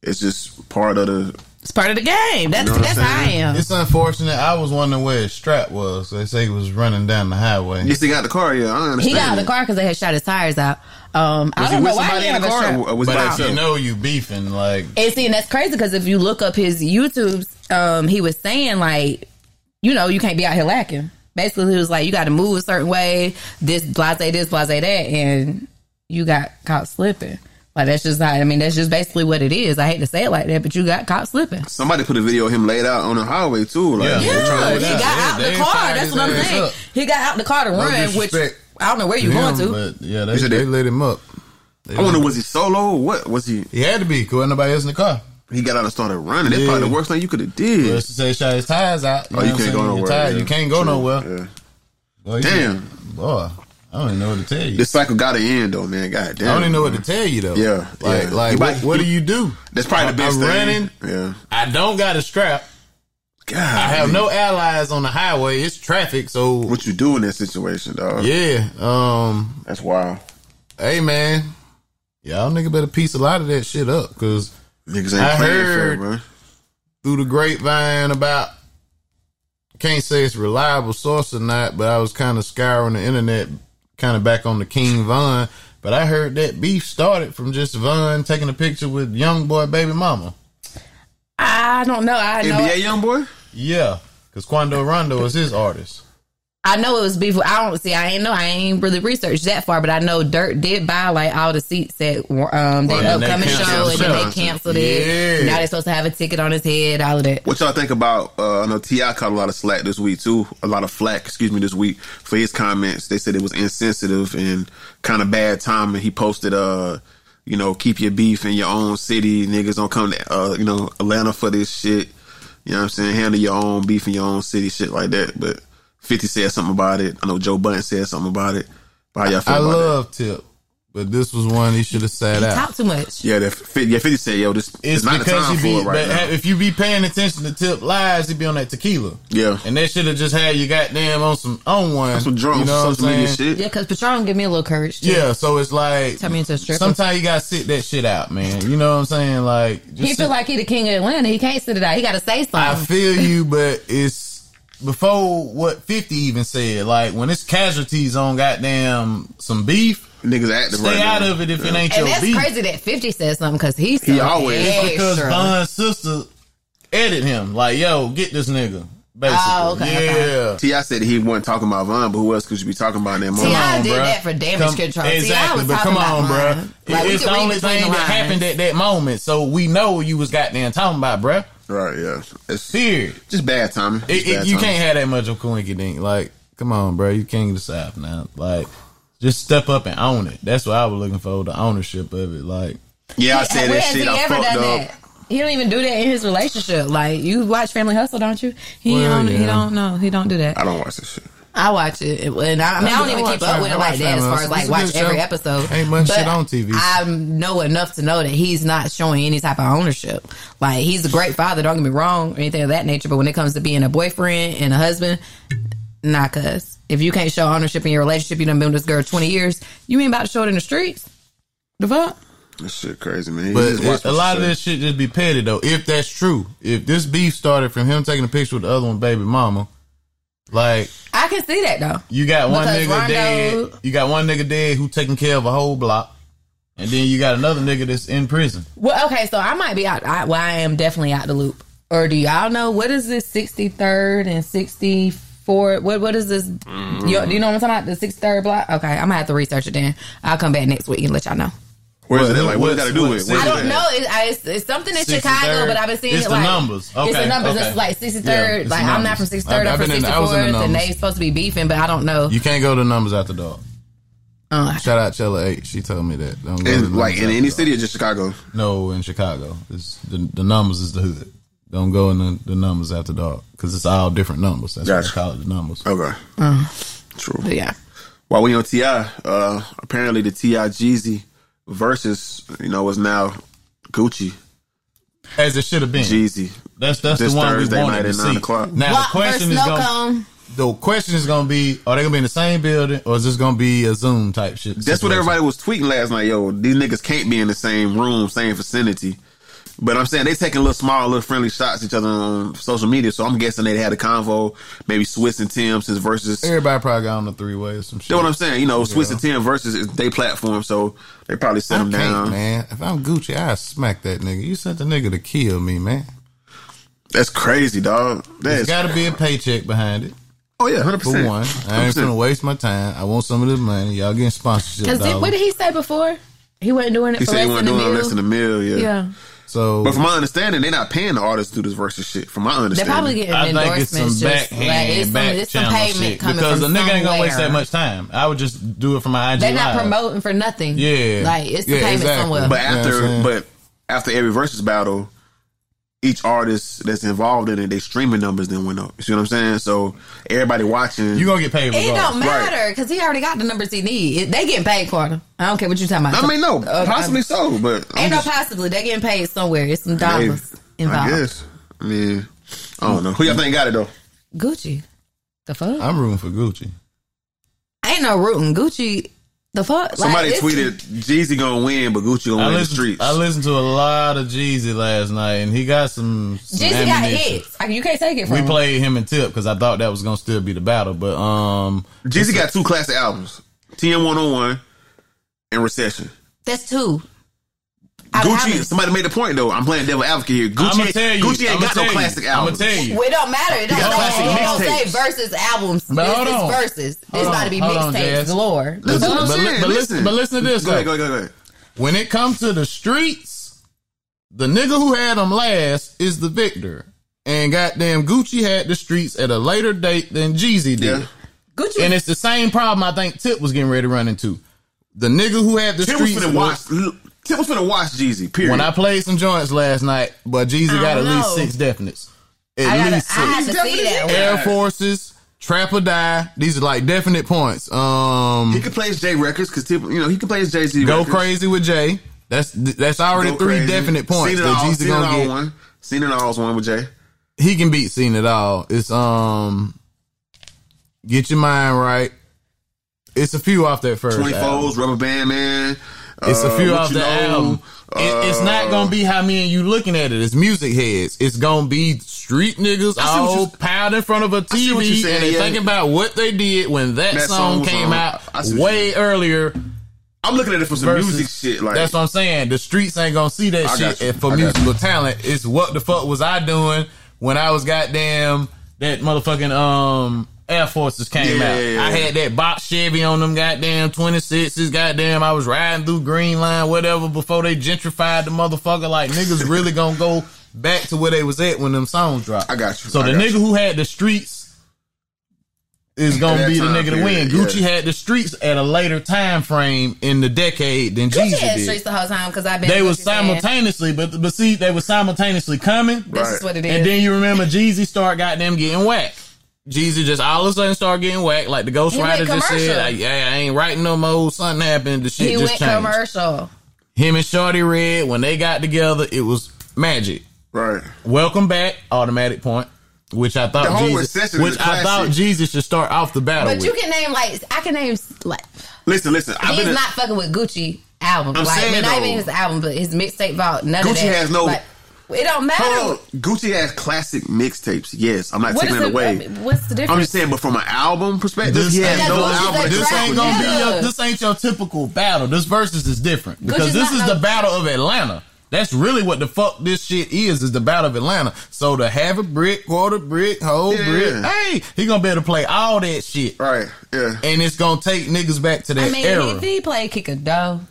C: it's just part of the
B: It's part of the game. That's
C: You know what
B: that's
C: I'm
B: how I
C: saying?
B: am.
A: It's unfortunate. I was wondering where his strap was. They say he was running down the highway.
C: you still got the car. Yeah, I understand.
B: He got out of
C: that.
B: the car because they had shot his tires out. Um, I
C: Was he
B: don't
C: with
B: know why
C: somebody
B: he
C: in
B: had
C: the
B: a
C: car?
B: strap.
C: Or was he by
A: But if
C: himself?
A: you know you beefing, like
B: And see, and that's crazy because if you look up his YouTube's, um, he was saying like, you know, you can't be out here lacking. Basically, he was like, you got to move a certain way. This blase, this blase, that, and you got caught slipping. Like that's just how. I mean, that's just basically what it is. I hate to say it like that, but you got caught slipping.
C: Somebody put a video of him laid out on the highway too. Like
A: Yeah.
C: they
A: Yeah.
C: trying
B: Yeah,
C: to-
B: he got
A: Yeah,
B: out
A: they
B: the car.
A: fired
B: That's
A: his
B: what I'm
A: ass
B: saying.
A: up.
B: He got out the car to run, which
A: disrespect
B: I don't know where you going to.
A: But yeah, they,
C: said
A: they
C: they-
A: lit him up. They
C: I wonder
A: lit-
C: was he solo? or What was he?
A: He had to be. 'cause wasn't nobody else in the car.
C: He got out and started running. That's
A: Yeah.
C: probably the worst thing you could have did.
A: But she said he shot his tires out. You
C: oh,
A: know
C: you
A: what I'm
C: can't go
A: saying? Your
C: nowhere.
A: tires-
C: yeah.
A: You can't go
C: True.
A: nowhere.
C: Yeah.
A: Boy, you-
C: Damn.
A: boy, I don't even know what to tell you.
C: This cycle got to end though, man. God damn.
A: I don't even know what to tell you though.
C: Yeah,
A: like
C: yeah.
A: like
C: You
A: what,
C: might-
A: what do you do?
C: That's probably the best
A: I'm
C: thing.
A: running.
C: Yeah.
A: I don't got a strap.
C: God.
A: I have no allies on the highway. It's traffic, so
C: What you do in that situation, dog?
A: yeah. Um,
C: That's wild.
A: hey man, y'all nigga better piece a lot of that shit up because
C: Niggas ain't
A: I
C: playing
A: heard-
C: fair, bro.
A: through the grapevine about can't say it's reliable source or not, but I was kind of scouring the internet, kind of back on the King Von. But I heard that beef started from just Von taking a picture with young boy baby mama.
B: I don't know. I know.
C: NBA young boy.
A: Yeah, because Quando Rondo is his artist.
B: I know it was beef. I don't see. I ain't know. I ain't really researched that far, but I know Dirt did buy like all the seats at um,
A: Right,
B: their
A: and they
B: upcoming
A: canceled
B: show, and then they
A: the show.
B: canceled it.
A: Yeah.
B: Now they're supposed to have a ticket on his head. All of that.
C: What y'all think about? Uh, I know Ti caught a lot of slack this week too. A lot of flack, excuse me, this week for his comments. They said it was insensitive and kind of bad timing. He posted, uh, you know, keep your beef in your own city. Niggas don't come to, uh, you know, Atlanta for this shit. You know what I'm saying? Handle your own beef in your own city, shit like that. But Fifty said something about it. I know Joe Button said something about it. How y'all feel
A: I
C: about that?
A: love Tip, but this was one he should have sat
B: He
A: out.
B: talk too much.
C: Yeah, that 50, yeah, 50 said, yo, this
A: it's
C: it's not the
A: because
C: time
A: you
C: for
A: be.
C: it right
A: but
C: now.
A: ha- if you be paying attention to Tip lives, he be on that tequila.
C: Yeah.
A: and they should have just had you goddamn on some on one.
C: Some drunk
A: you know what I'm
C: social media
A: saying?
C: shit.
B: Yeah, because Patron give me a little courage. Too.
A: Yeah, so it's like
B: Turn me into a stripper.
A: Sometimes you gotta sit that shit out, man. You know what I'm saying? Like just
B: he feel
A: sit-
B: like he the king of Atlanta. He can't sit it out. He got to say something.
A: I feel you, but it's before what Fifty even said. Like when it's casualties on goddamn some beef,
C: Niggas active
A: stay
C: right now.
A: out of it if it ain't
B: and
A: your
B: that's
A: beef.
B: crazy that Fifty says something because he's
C: He
B: so
C: always-
B: extra.
A: Because Von's sister edit him like, "Yo, get this nigga." Basically,
B: Oh, okay, okay.
A: yeah.
C: T.I. said he wasn't talking about Von, but who else could you be talking about in that
B: T.I.
C: moment?
A: Come on,
B: did
A: bruh.
B: that for damage
A: Come-
B: control. See, I
A: Exactly,
B: was
A: but
B: talking
A: come on,
B: about
A: bruh.
B: mine. Like, we
A: it's the
B: can read
A: only
B: between
A: thing
B: the
A: that happened
B: lines.
A: at that moment, so we know you was goddamn talking about, bruh.
C: Right, yeah. It's
A: Period.
C: just bad timing. Just
A: It, it-
C: bad
A: you
C: timing.
A: can't have that much of coinky dink. Like, come on, bro. You can't decide now. Like, just step up and own it. That's what I was looking for, the ownership of it. Like,
C: Yeah, I said
B: Where
C: that
B: has
C: shit.
B: he
C: I
B: ever
C: fucked
B: done
C: up.
B: that? He don't even do that in his relationship. Like you watch Family Hustle, don't you? He
A: Well,
B: don't. He
A: yeah.
B: don't know. He don't do that.
C: I don't watch this shit.
B: I watch it, and I, I mean, I don't
A: I
B: even
A: watch
B: keep up
A: Family-
B: with
A: I
B: it
A: watch
B: like that. As
A: Family
B: far as
A: Hustle.
B: like
A: It's a
B: watch
A: good
B: every
A: show.
B: episode.
A: Ain't much
B: But
A: shit on TV.
B: I know enough to know that he's not showing any type of ownership. Like he's a great father. Don't get me wrong, or anything of that nature. But when it comes to being a boyfriend and a husband, not cuz if you can't show ownership in your relationship, you done been with this girl twenty years. You ain't about to show it in the streets. The fuck?
C: This shit crazy, man. You
A: But
C: just watch
A: it- a
C: what you
A: lot of
C: say.
A: this shit just be petty though. If that's true, if this beef started from him taking a picture with the other one, baby mama, like
B: I can see that though.
A: you got one
B: Because
A: nigga
B: Rondo-
A: dead, you got one nigga dead who taking care of a whole block, and then you got another nigga that's in prison.
B: Well, okay, so I might be out. I, well, I am definitely out the loop. Or do y'all know what is this sixty third and sixty for what what is this?
A: Mm-hmm.
B: Yo- do you know what I'm talking about? The sixth third block. Okay, I'm gonna have to research it then. I'll come back next week and let y'all know.
C: Where's
A: What-
C: it? at? Like, what it got to do
A: what-
C: with? it?
A: what-
C: Where's
B: I don't
C: it at?
B: know. It's, I, it's, it's something in
A: 63rd.
B: Chicago, but I've been seeing
A: It's
B: it
A: the
B: like
A: numbers.
B: It's
A: Okay,
B: the numbers.
A: okay.
B: It's like sixty third.
A: Yeah, it's
B: like
A: the
B: I'm not from
A: numbers.
B: sixty third.
A: I've-
B: I'm
A: I've
B: from
A: been in
B: sixty
A: the- I was in the
B: fourth, and
A: numbers.
B: they supposed to be beefing, but I don't know.
A: You can't go to numbers out the dog.
B: Uh,
A: Shout out Chella H. She told me that. Don't go to
C: In-
A: numbers
C: like in
A: out the
C: any
A: dog.
C: city or just Chicago?
A: No, in Chicago, it's the, the numbers is the hood. Don't go in the, the numbers after dark because it's all different numbers. That's
C: Gotcha.
A: what they call it, the numbers.
C: Okay.
B: Uh-huh.
C: True.
B: but yeah.
C: While we on Ti, uh, apparently the Ti Jeezy versus you know is now Gucci
A: As it should have been.
C: Jeezy.
A: That's that's
C: This
A: the one
C: Thursday
A: we wanted
C: night
A: to
C: at nine
A: see.
C: o'clock.
A: Now
B: Block
A: the question
B: versus
A: is
B: no
A: going.
B: cone.
A: The question is going to be: Are they going to be in the same building, or is this going to be a Zoom type shit?
C: That's what
A: situation?
C: everybody was tweeting last night. Yo, these niggas can't be in the same room, same vicinity. But I'm saying they taking little small, little friendly shots at each other on social media. So I'm guessing they had a convo, maybe Swiss and Tim since versus. That's
A: Everybody probably got on the three way or some shit.
C: what I'm saying. You know, Swiss and Tim versus is they platform, so they probably set them
A: I can't,
C: down.
A: man. If I'm Gucci, I smack that nigga. You sent the nigga to kill me, man.
C: That's crazy, dog.
A: There's
C: That's
A: got to be a paycheck behind it.
C: oh yeah, hundred
A: For
C: percent.
A: one, I ain't gonna waast my time. I want some of this money. Y'all getting sponsorship
B: Because what
A: dollars.
B: did he say before? He wasn't doing it
C: He
B: for
C: said he
B: less
C: wasn't
B: than a
C: doing it
B: meal.
C: less than a mill. Yeah.
B: yeah,
A: So
C: But from my understanding, they're not paying the artists to do this versus shit. From my
B: they're
C: understanding,
B: probably getting
A: I think it's
B: endorsements.
A: some
B: just
A: backhand,
B: like it's
A: back
B: some, it's some
A: channel
B: payment
A: shit.
B: coming
A: because
B: from
A: the nigga ain't gonna waste
B: somewhere.
A: that much time. I would just do it for my IG.
B: They're not
A: Live.
B: promoting for nothing.
A: Yeah.
B: like it's the
A: Yeah,
B: payment
A: exactly.
B: somewhere.
A: You
C: But
A: know what
C: after,
A: I'm saying?
C: but after every versus battle, each artist that's involved in it, they streaming numbers then went up. You see what I'm saying? So everybody watching.
A: You gonna get paid
B: It don't
A: regardless.
B: matter because he already got the numbers he need. It- They getting paid for them. I don't care what you talking about.
C: I mean, no,
B: Uh,
C: possibly so, but
B: I-
C: I'm
B: ain't no
C: just-
B: possibly. They getting paid somewhere. It's some
C: Hey,
B: dollars
C: I
B: involved.
C: guess. I mean, I don't know. Who y'all think got it though?
B: Gucci, the fuck?
A: I'm rooting for Gucci.
B: ain't no rooting. Gucci, the fuck? Like,
C: Somebody
B: it's-
C: tweeted Jeezy gonna win, but Gucci gonna
A: I
C: win the
A: listened,
C: streets.
A: I listened to a lot of Jeezy last night, and he got some. some
B: Jeezy got
A: ammunition.
B: hits. Like, you can't take it from
A: We
B: him.
A: played him and Tip because I thought that was gonna still be the battle, but um,
C: Jeezy got two classic albums: TM 101 and Recession.
B: That's two. Out of how
C: Gucci.
B: many?
C: Somebody made a point though. I'm playing devil advocate here. Gucci,
A: I'ma tell you,
C: Gucci ain't
A: I'ma
C: got no
A: tell you,
C: classic
A: I'ma
C: albums.
A: tell you.
B: Well, it don't matter. It don't,
C: got
B: say,
C: classic
B: it don't say
C: mixtapes.
B: versus albums.
A: But
B: this
A: hold
B: is
A: on.
B: versus. This
A: Hold
B: about to
A: on,
B: be
A: hold on,
B: mixtapes
A: Jazz.
B: galore.
C: That's
A: But-
C: what
A: but
C: I'm
A: li-
C: saying.
A: but listen- but listen to this,
C: Go ahead, go
A: though.
C: ahead, go ahead.
A: when it comes to the streets, the nigga who had them last is the victor. And goddamn Gucci had the streets at a later date than Jeezy did.
C: Yeah.
B: Gucci.
A: And it's the same problem I think Tip was getting ready to run into. The nigga who had the
C: Tim was
A: streets
C: finna watch. Tim was finna watch Jeezy. Period.
A: when I played some joints last night, but Jeezy
B: I
A: got at
B: don't
A: least
B: know.
A: six definites. At
B: I, gotta, I
A: least six.
B: had to see that one.
A: Air Forces, Trap or Die. These are like definite points. Um
C: he could play his J records because Tim, you know, he could play his Jay Z.
A: Go
C: records.
A: crazy with Jay. That's that's already
C: Go
A: three
C: crazy.
A: definite points
C: Seen it
A: that
C: all,
A: Jeezy
C: seen it all
A: gonna get.
C: one. Seen it all's one with Jay.
A: he can beat Cena at all. It's um, get your mind right. It's a few off that first.
C: Twenty
A: album.
C: foes, rubber band man.
A: It's
C: uh,
A: a few
C: What
A: off
C: You
A: the
C: Know, uh,
A: album. It, it's not gonna be how me and you looking at it. It's music heads. It's gonna be street niggas
C: I see what you-
A: all piled in front of a
C: see what
A: TV
C: you're saying,
A: and they
C: yeah.
A: thinking about what they did when that,
C: That song
A: song,
C: was
A: came
C: on.
A: out
C: I see what
A: way earlier.
C: I'm looking at it for some
A: versus-
C: music shit. Like
A: that's what I'm saying. The streets ain't gonna see that
C: I got
A: shit
C: you.
A: and for
C: I got
A: musical talent. It's what the fuck was I doing when I was goddamn that motherfucking um Air Forces came
C: Yeah,
A: out.
C: yeah, yeah.
A: I had that box Chevy on them goddamn twenty sixes. Goddamn, I was riding through Green Line, whatever. Before they gentrified the motherfucker, like niggas really gonna go back to where they was at when them songs dropped.
C: I got you.
A: So
C: I
A: the
C: got
A: nigga
C: you.
A: who had the streets is
C: that
A: gonna be the
C: time
A: nigga to win.
C: period,
A: Gucci
C: yeah.
A: had the streets at a later time frame in the decade than
B: Gucci
A: Jeezy
B: had
A: did.
B: streets the whole time because I've been.
A: They
B: a
A: was
B: Gucci fan.
A: simultaneously, but but see, they were simultaneously coming,
B: This
C: Right.
B: is what it is.
A: and then you remember Jeezy start goddamn getting whacked. Jeezy just all of a sudden started getting whacked, like the Ghost
B: He went
A: Rider just
B: commercial.
A: said, like, "Yeah, I ain't writing no more. Something happened. The shit
B: he
A: just
B: went
A: changed." Oh,
B: commercial.
A: Him and Shorty Red, when they got together, it was magic.
C: right.
A: Welcome back, automatic point, which I thought
C: The whole
A: Jeezy,
C: recession
A: which
C: is
A: I thought
C: classic.
A: Jeezy should start off the battle.
B: But
A: with.
B: you can name like I can name like
C: Listen, listen. I've
B: he's
C: been. a-
B: not fucking with Gucci album.
C: I'm
B: like
C: saying,
B: not
C: though.
B: even his album, but his mixtape vault. None of
C: Gucci
B: that.
C: has no-
B: Like, it don't matter.
C: Hold on. Gucci has classic mixtapes. Yes, I'm not
B: What
C: taking
B: is
C: it
B: the-
C: away.
B: What's the
C: I'm
B: difference?
C: just saying, but from an album perspective,
A: This
C: he has
A: ain't
C: no
A: gonna-
C: album. that
B: Gucci
A: This
C: classic
A: ain't
C: with
A: gonna be
B: Yeah.
A: your, this ain't your typical battle. This versus is different because
B: Gucci's
A: this
B: not
A: is
B: no-
A: the battle of Atlanta. That's really what the fuck this shit is, is the Battle of Atlanta. So to have a brick, quarter brick, whole
C: Yeah.
A: brick, hey, he gonna be able to play all that shit.
C: Right. Yeah.
A: And it's gonna take niggas back to that
B: I mean,
A: era.
B: if he played kick a dough,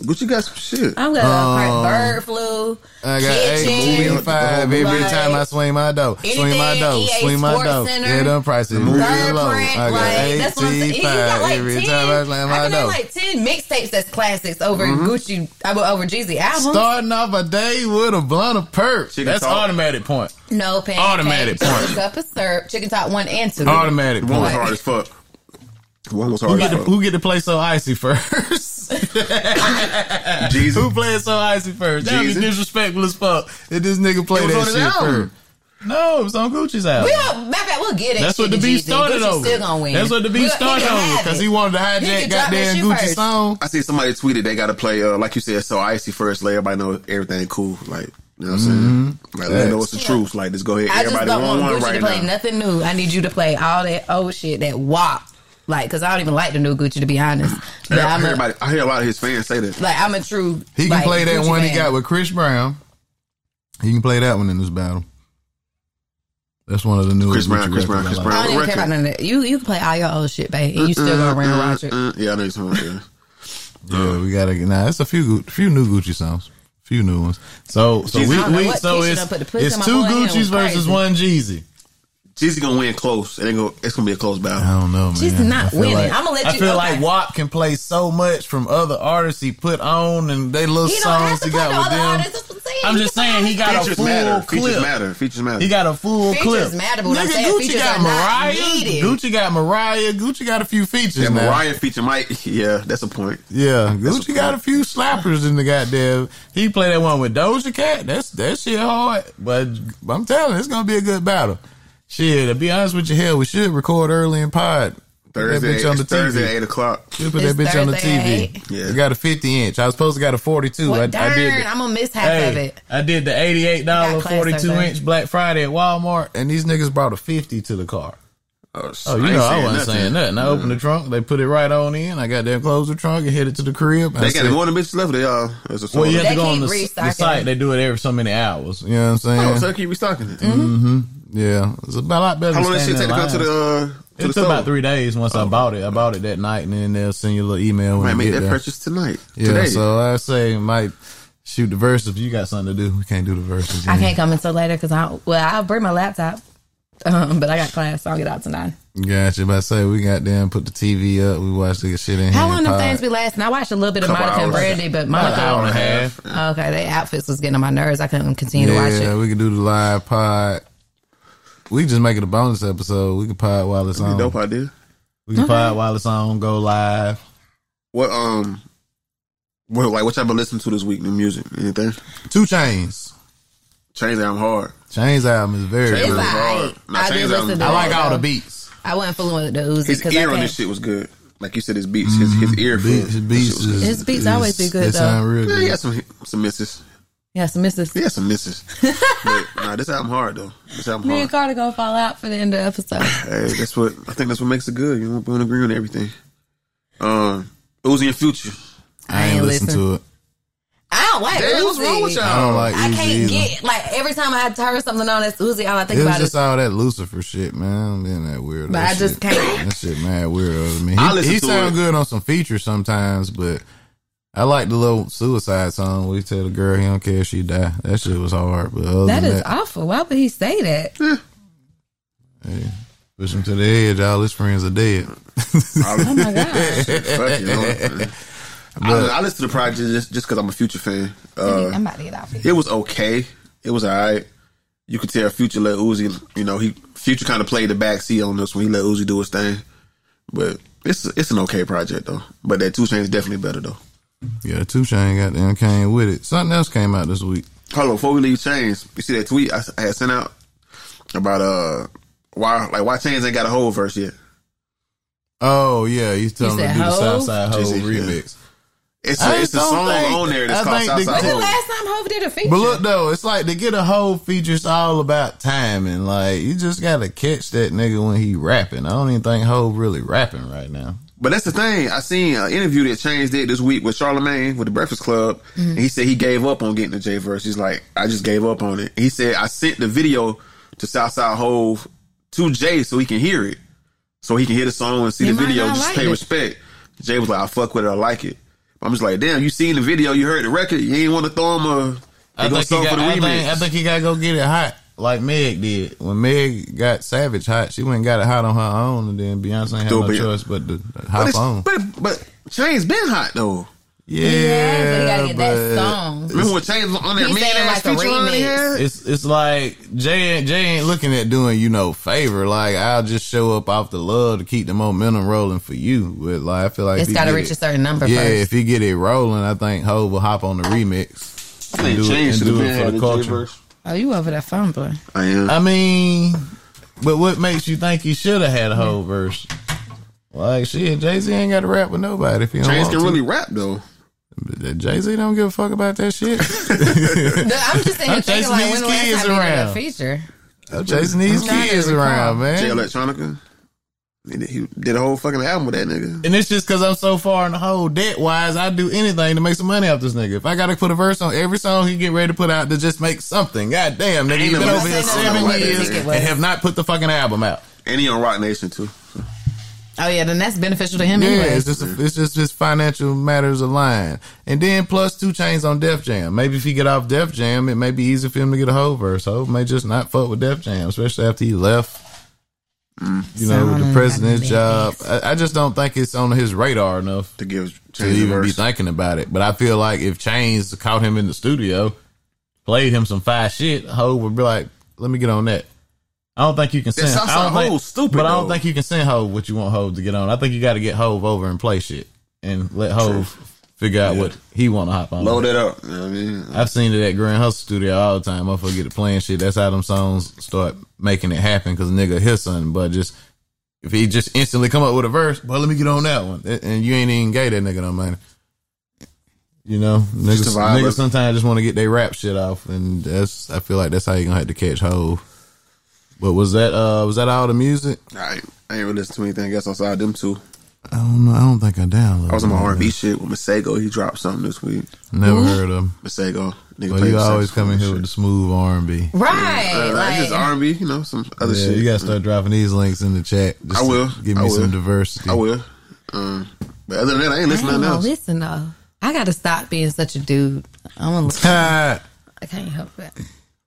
C: But you got some shit.
B: I'm gonna uh, bird flu,
A: Um, I got eight,
B: kitchen,
A: four, and five every
B: Like,
A: time I swing my dough. Swing my
B: anything,
A: dough.
B: EA
A: Swing my
B: Sports
A: dough.
B: Center,
A: Yeah, them prices. Move
B: third
A: it low. I
B: print,
A: got
B: like
A: eight,
B: that's what I'm saying.
A: three,
B: He got
A: five
B: like
A: every
B: ten.
A: time I slam
B: I
A: my
B: can name
A: dough.
B: like ten mixtapes that's classics over
A: Mm-hmm.
B: Gucci, I mean, over Jeezy albums.
A: Starting off a day with a blunt of perp.
C: Chicken
A: That's
C: talk.
A: automatic point.
B: no pancakes,
A: Automatic point.
B: Cup of syrup, chicken top one and two.
A: Automatic
C: One was
A: point.
C: hard as fuck. One was
A: Who
C: hard
A: get,
C: as
A: to,
C: fuck.
A: who get to play so icy first?
C: Jesus.
A: who played so icy first? That would be
C: Jeezy.
A: disrespectful as fuck if this nigga played
C: It was
A: that
C: on his
A: shit
C: album.
A: first. No, it was on Gucci's album.
B: We don't, matter of fact, we'll get it.
A: That's what the beat started
B: Gucci's
A: over.
B: Still gonna win.
A: That's what the beat
B: We'll- he
A: started
B: can
A: over
B: have
A: because
B: it.
A: he wanted to hijack
B: can drop that
A: goddamn
B: shit
A: Gucci
B: first.
A: song.
C: I see somebody tweeted they got to play, uh, like you said, so icy first. Let everybody know everything cool. Like, you know what I'm saying?
A: Mm-hmm.
C: Like, let them know it's the truth. Like, just go ahead.
B: I just
C: everybody
B: don't
C: one
B: want
C: one
B: Gucci
C: right
B: to play
C: now.
B: nothing new. I need you to play all that old shit, that WAP. Like, because I don't even like the new Gucci, to be honest. But I'm a,
C: Everybody, I hear a lot of his fans say that.
B: like, I'm a true.
A: He can
B: like,
A: play that
B: Gucci
A: one he
B: fan.
A: got with Chris Brown. He can play that one in this battle. That's one of the new
C: Chris Brown, Chris Brown, Chris
B: I don't even care
C: Record.
B: about none of that. You, you can play all your old shit, babe, and you still gonna ring around it.
C: Uh, yeah, I know you're talking about yeah.
B: Uh-huh.
A: Yeah, we gotta. Nah, it's a few Gu- few new Gucci songs, few new ones. So so
C: I
A: we,
C: don't know
A: we
B: what
A: so
B: Keisha
A: it's
B: done put the pussy
A: it's
B: in my
A: two
B: boy hand
A: Gucci's
B: was
A: versus
B: crazy.
A: one Jeezy.
C: Jeezy gonna win close, and they go, it's gonna be a close battle.
A: I don't know, man.
B: She's not
A: I feel
B: winning.
A: Like,
B: I'ma let
A: I
B: you-
A: feel
B: okay.
A: like WAP can play so much from other artists he put on and they little
B: He don't have
A: songs
B: to
A: he
B: play
A: got
B: no
A: with
B: other
A: them.
B: artists. That's what I'm saying.
A: I'm
B: You
A: just
B: can play
A: saying he
B: all
A: got a
C: Features
A: full
C: matter. Features
A: clip.
C: matter. Features matter.
A: He got a full
B: Features
A: clip.
B: matter, but what I'm
A: Nigga,
B: saying,
A: Gucci
B: features
A: got
B: are not
A: Mariah.
B: needed.
A: Gucci got Mariah. Gucci got a few features.
C: yeah,
A: now.
C: Mariah feature Mike. Yeah, that's a point.
A: Yeah, Gucci
C: what-
A: got a few slappers in the goddamn. He played that one with Doja Cat. That's that shit hard. But I'm telling you, it's gonna be a good battle. Shit, to be honest with you, hell, we should record early in pod. Put
C: Thursday,
A: that bitch on the
C: Thursday
A: TV.
C: at eight o'clock.
A: Should put that
B: It's
A: bitch on the
B: Thursday at
A: TV.
B: eight.
C: Yeah.
A: I got a 50 inch. I was supposed to got a 42.
B: Well,
A: I,
B: darn,
A: I did it.
B: I'm gonna miss half of
A: Hey,
B: it.
A: I did the eighty-eight dollar
B: Got class
A: forty-two
B: Thursday.
A: inch Black Friday at Walmart, and these niggas brought a fifty to the car.
C: Oh,
A: Oh, you know I wasn't saying nothing. I opened the trunk, they put it right on in. I got them closed the trunk and headed to the crib. I
C: They got
A: said-
C: more than bitches left. They all. That's a
A: Well, you have
B: They
A: to go on
B: keep
A: the, s- the
B: restocking.
A: site. They do it every so many hours. You know what I'm saying?
C: Oh, so they keep restocking it.
A: Mm-hmm. Yeah, it's a lot better.
C: How long
A: than
C: does shit take
A: standing
C: to
A: in
C: come to the
A: line.
C: uh,
A: It
C: to the
A: took about
C: store? Oh.
A: three days once I bought it. I bought it that night, and then they'll send you a little email when
C: Might
A: you
C: make
A: get
C: that
A: there.
C: purchase tonight.
A: yeah,
C: today.
A: so I say might shoot the verses. You got something to do? We can't do the verses.
B: I can't come until later because I well I'll bring my laptop, um, but I got class. so I'll get out tonight.
A: Gotcha. But I say we got down, put the TV up. We watched the shit in
B: How
A: here.
B: long them
A: pod.
B: things be lasting? I watched a little bit of
C: Couple
B: Monica and
C: hours.
B: Brandy, but
A: About an hour and a
B: Monica.
A: half.
B: Okay, their outfits was getting on my nerves. I couldn't continue to watch
A: Yeah,
B: it.
A: we can do the live pod. We can just make it a bonus episode. We can pod while it's
C: That'd
A: on.
C: be dope idea.
A: We can pod while it's on. Go live.
C: What um, what like what y'all been listening to this week? New music, anything?
A: Two Chains.
C: Change I'm hard.
A: Chains album is very
C: Chains
B: It's
A: good.
C: album.
B: alright.
C: Nah,
B: I did
C: Shane's
B: listen
C: album-
B: to
A: I
B: it,
A: like all
B: though.
A: the beats.
B: I wasn't fooling with the Uzi
C: His
B: because
C: ear
B: I
C: on
B: can't.
C: this shit was good. Like you said, his beats, his his ear.
A: Beats,
C: for-
A: Mm-hmm. beats is,
B: His beats
A: is-
B: always be good,
A: They sound
B: though.
A: real
C: Yeah, he
A: good.
C: had some some misses.
B: Yes, Mrs.
C: He had some misses. but, nah, this album hard though. This album
B: Me and
C: hard.
B: Carter gonna fall out for the end of the episode.
C: Hey, that's what I think. That's what makes it good. You don't agree on everything. Um, Uzi and Future.
A: I ain't listen to it.
B: I don't like
C: Damn,
B: Uzi.
C: what's wrong with y'all?
A: I don't like
B: I
A: Uzi
B: can't
A: either.
B: get like every time I turn something on that's Uzi, all I think
A: It was
B: about
A: just
B: is
A: all that Lucifer shit, man. I'm being that weirdo.
B: But I
A: shit.
B: just can't.
A: That shit mad weirdo to me.
C: I
A: He,
C: listen
A: he
C: to
A: sound
C: it.
A: good on some features sometimes, but I like the little suicide song where he tell the girl he don't care if she die. That shit was hard, but other
B: that
A: than
B: is
A: that,
B: awful. Why would he say that?
A: push him to the edge. All his friends are dead.
B: Oh my god!
C: Fuck, you know? I, I listen to the project just just because I'm a Future fan. Uh,
B: I'm about to get off here.
C: it was okay. It was alright. You could tell Future let Uzi. You know, he Future kind of played the backseat on this when he let Uzi do his thing. But it's it's an okay project though. But that Two Chainz definitely better though.
A: Yeah, Two Chain got them came with it. Something else came out this week.
C: Hold on, before we leave Chains, you see that tweet I, I had sent out about uh why like why Chains ain't got a whole verse yet.
A: Oh yeah, you
B: You
A: telling him to
B: said
A: do the
B: Hove?
A: Southside Ho
C: Jay-Z, yeah.
A: Oh, remix.
C: It's
A: I
C: a, it's a
A: don't
C: song
A: think-
C: on there that's
A: I think
C: called Southside
A: the-
B: The
C: Hole.
B: last time Hov did a feature.
A: But look though, it's like to get a whole feature, it's all about timing. Like you just gotta catch that nigga when he rapping. I don't even think Ho really rapping right now.
C: But that's the thing. I seen an interview that Change did this week with Charlemagne with the Breakfast Club,
A: Mm-hmm.
C: and he said he gave up on getting the J verse. He's like, I just gave up on it. He said I sent the video to Southside Hove to Jay so he can hear it, so he can hear the song and see
B: He
C: the
B: might
C: video.
B: not
C: Just
B: like
C: pay
B: it.
C: respect. Jay was like, I fuck with it. I like it. I'm just like, damn. You seen the video? You heard the record? You ain't want to throw him a.
A: I
C: they gonna
A: think, he
C: sell
A: got,
C: for the
A: I, think,
C: remix.
A: I think he gotta go get it hot, like Meg did. When Meg got Savage hot, she went and got it hot on her own, and then Beyonce ain't had no
C: Stupid.
A: choice but to
C: But
A: hop on.
C: it's- but but Chain's been hot though.
A: yeah,
B: Yeah, but he gotta get that
A: but
B: song.
C: Remember when Chain was on that
B: He
C: mean
B: sounded like
C: ass
B: a
C: feature line he
B: remix.
C: had?
A: It's it's like Jay ain't- Jay ain't looking at doing you no favor. Like I'll just show up off the love to keep the momentum rolling for you. But like I feel like if
B: It's
A: he
B: gotta
A: get
B: reach
A: it-
B: a certain number
A: Yeah,
B: first.
A: if he get it rolling, I think Hov will hop on the remix.
C: I think
A: do it-
C: Chain
A: and
C: should
A: do
C: have
A: it
C: been
A: for
C: had
A: the
C: the
A: culture.
C: J-verse.
B: Oh, you over that phone, boy.
C: I am.
A: I mean, but what makes you think he should have had a whole verse? Like shit, Jay Z ain't got to rap with nobody if he don't
C: Chains
A: want
C: can
A: to.
C: really rap though.
A: Jay Z don't give a fuck about that shit.
B: I'm just
A: I'm
B: in here thinking
A: chasing
B: like, when
A: these
B: the last
A: kids
B: time you heard
A: around.
B: that feature?
A: Chasing these
B: trying to
A: kids
B: recall.
A: around, man.
C: Jay Electronica. He did- He did a whole fucking album with that nigga.
A: And it's just because I'm so far in the hole debt wise, I do anything to make some money off this nigga. If I gotta put a verse on every song he get ready to put out to just make something, god damn, nigga,
C: Ain't
A: you've been
C: no-
A: over here
B: Ain't no
A: seven
C: way.
A: years
B: Ticket
A: and
B: was.
A: have not put the fucking album out.
C: And he on Rock Nation too.
B: Oh yeah, then that's beneficial to him
A: Yeah,
B: anyway.
A: it's just it's just his financial matters aligned, and then plus two chains on Def Jam. Maybe if he get off Def Jam, it may be easy for him to get a whole verse. So may just not fuck with Def Jam, especially after he left.
C: Mm,
A: You know, with the
B: Sound
A: president's
B: amazing.
A: job. I, I just don't think it's on his radar enough
C: To give
A: to
C: Chains a
A: even be
C: verse.
A: thinking about it. But I feel like if Chains caught him in the studio, played him some fire shit, Ho would be like, "Let me get on that." I don't think you can send.
C: Southside
A: I don't think,
C: Ho's stupid,
A: but I don't
C: though.
A: think you can send Hove what you want Hove to get on. I think you got to get Hove over and play shit and let Hove figure out what he want to hop on.
C: Load it up. You know what I mean?
A: I've seen it at Grand Hustle Studio all the time. Motherfucker get to playing shit. That's how them songs start making it happen because nigga hit something. But just if he just instantly come up with a verse, well, let me get on that one. A- And you ain't even gay that nigga no money. You know, niggas,
C: Just a vibe.
A: niggas sometimes just want to get their rap shit off, and that's I feel like that's how you gonna have to catch hold. But was that uh was that all the music?
C: All right. I ain't really listen to anything else outside them two.
A: I don't know. I don't think I downloaded.
C: I was on my
A: it.
C: R and B shit with Masego. He dropped something this week.
A: Never heard of. him.
C: Masego. Nigga
A: But
C: played
A: you
C: the
A: always
C: saxophone
A: come in
C: and
A: here with
C: shit.
A: the smooth R and B.
B: right.
C: Uh,
B: like,
C: Just R and B. You know some other
A: Yeah,
C: shit.
A: you gotta start dropping these links in the chat. Just
C: I will.
A: to Give
C: I
A: me
C: will.
A: some diversity.
C: I will. Um, but other than that, I ain't
B: I
C: listening
B: don't
C: to
B: know.
C: nothing else.
B: Listen though, I gotta stop being such a dude. I'm gonna look.
A: Ha!
B: I can't help it.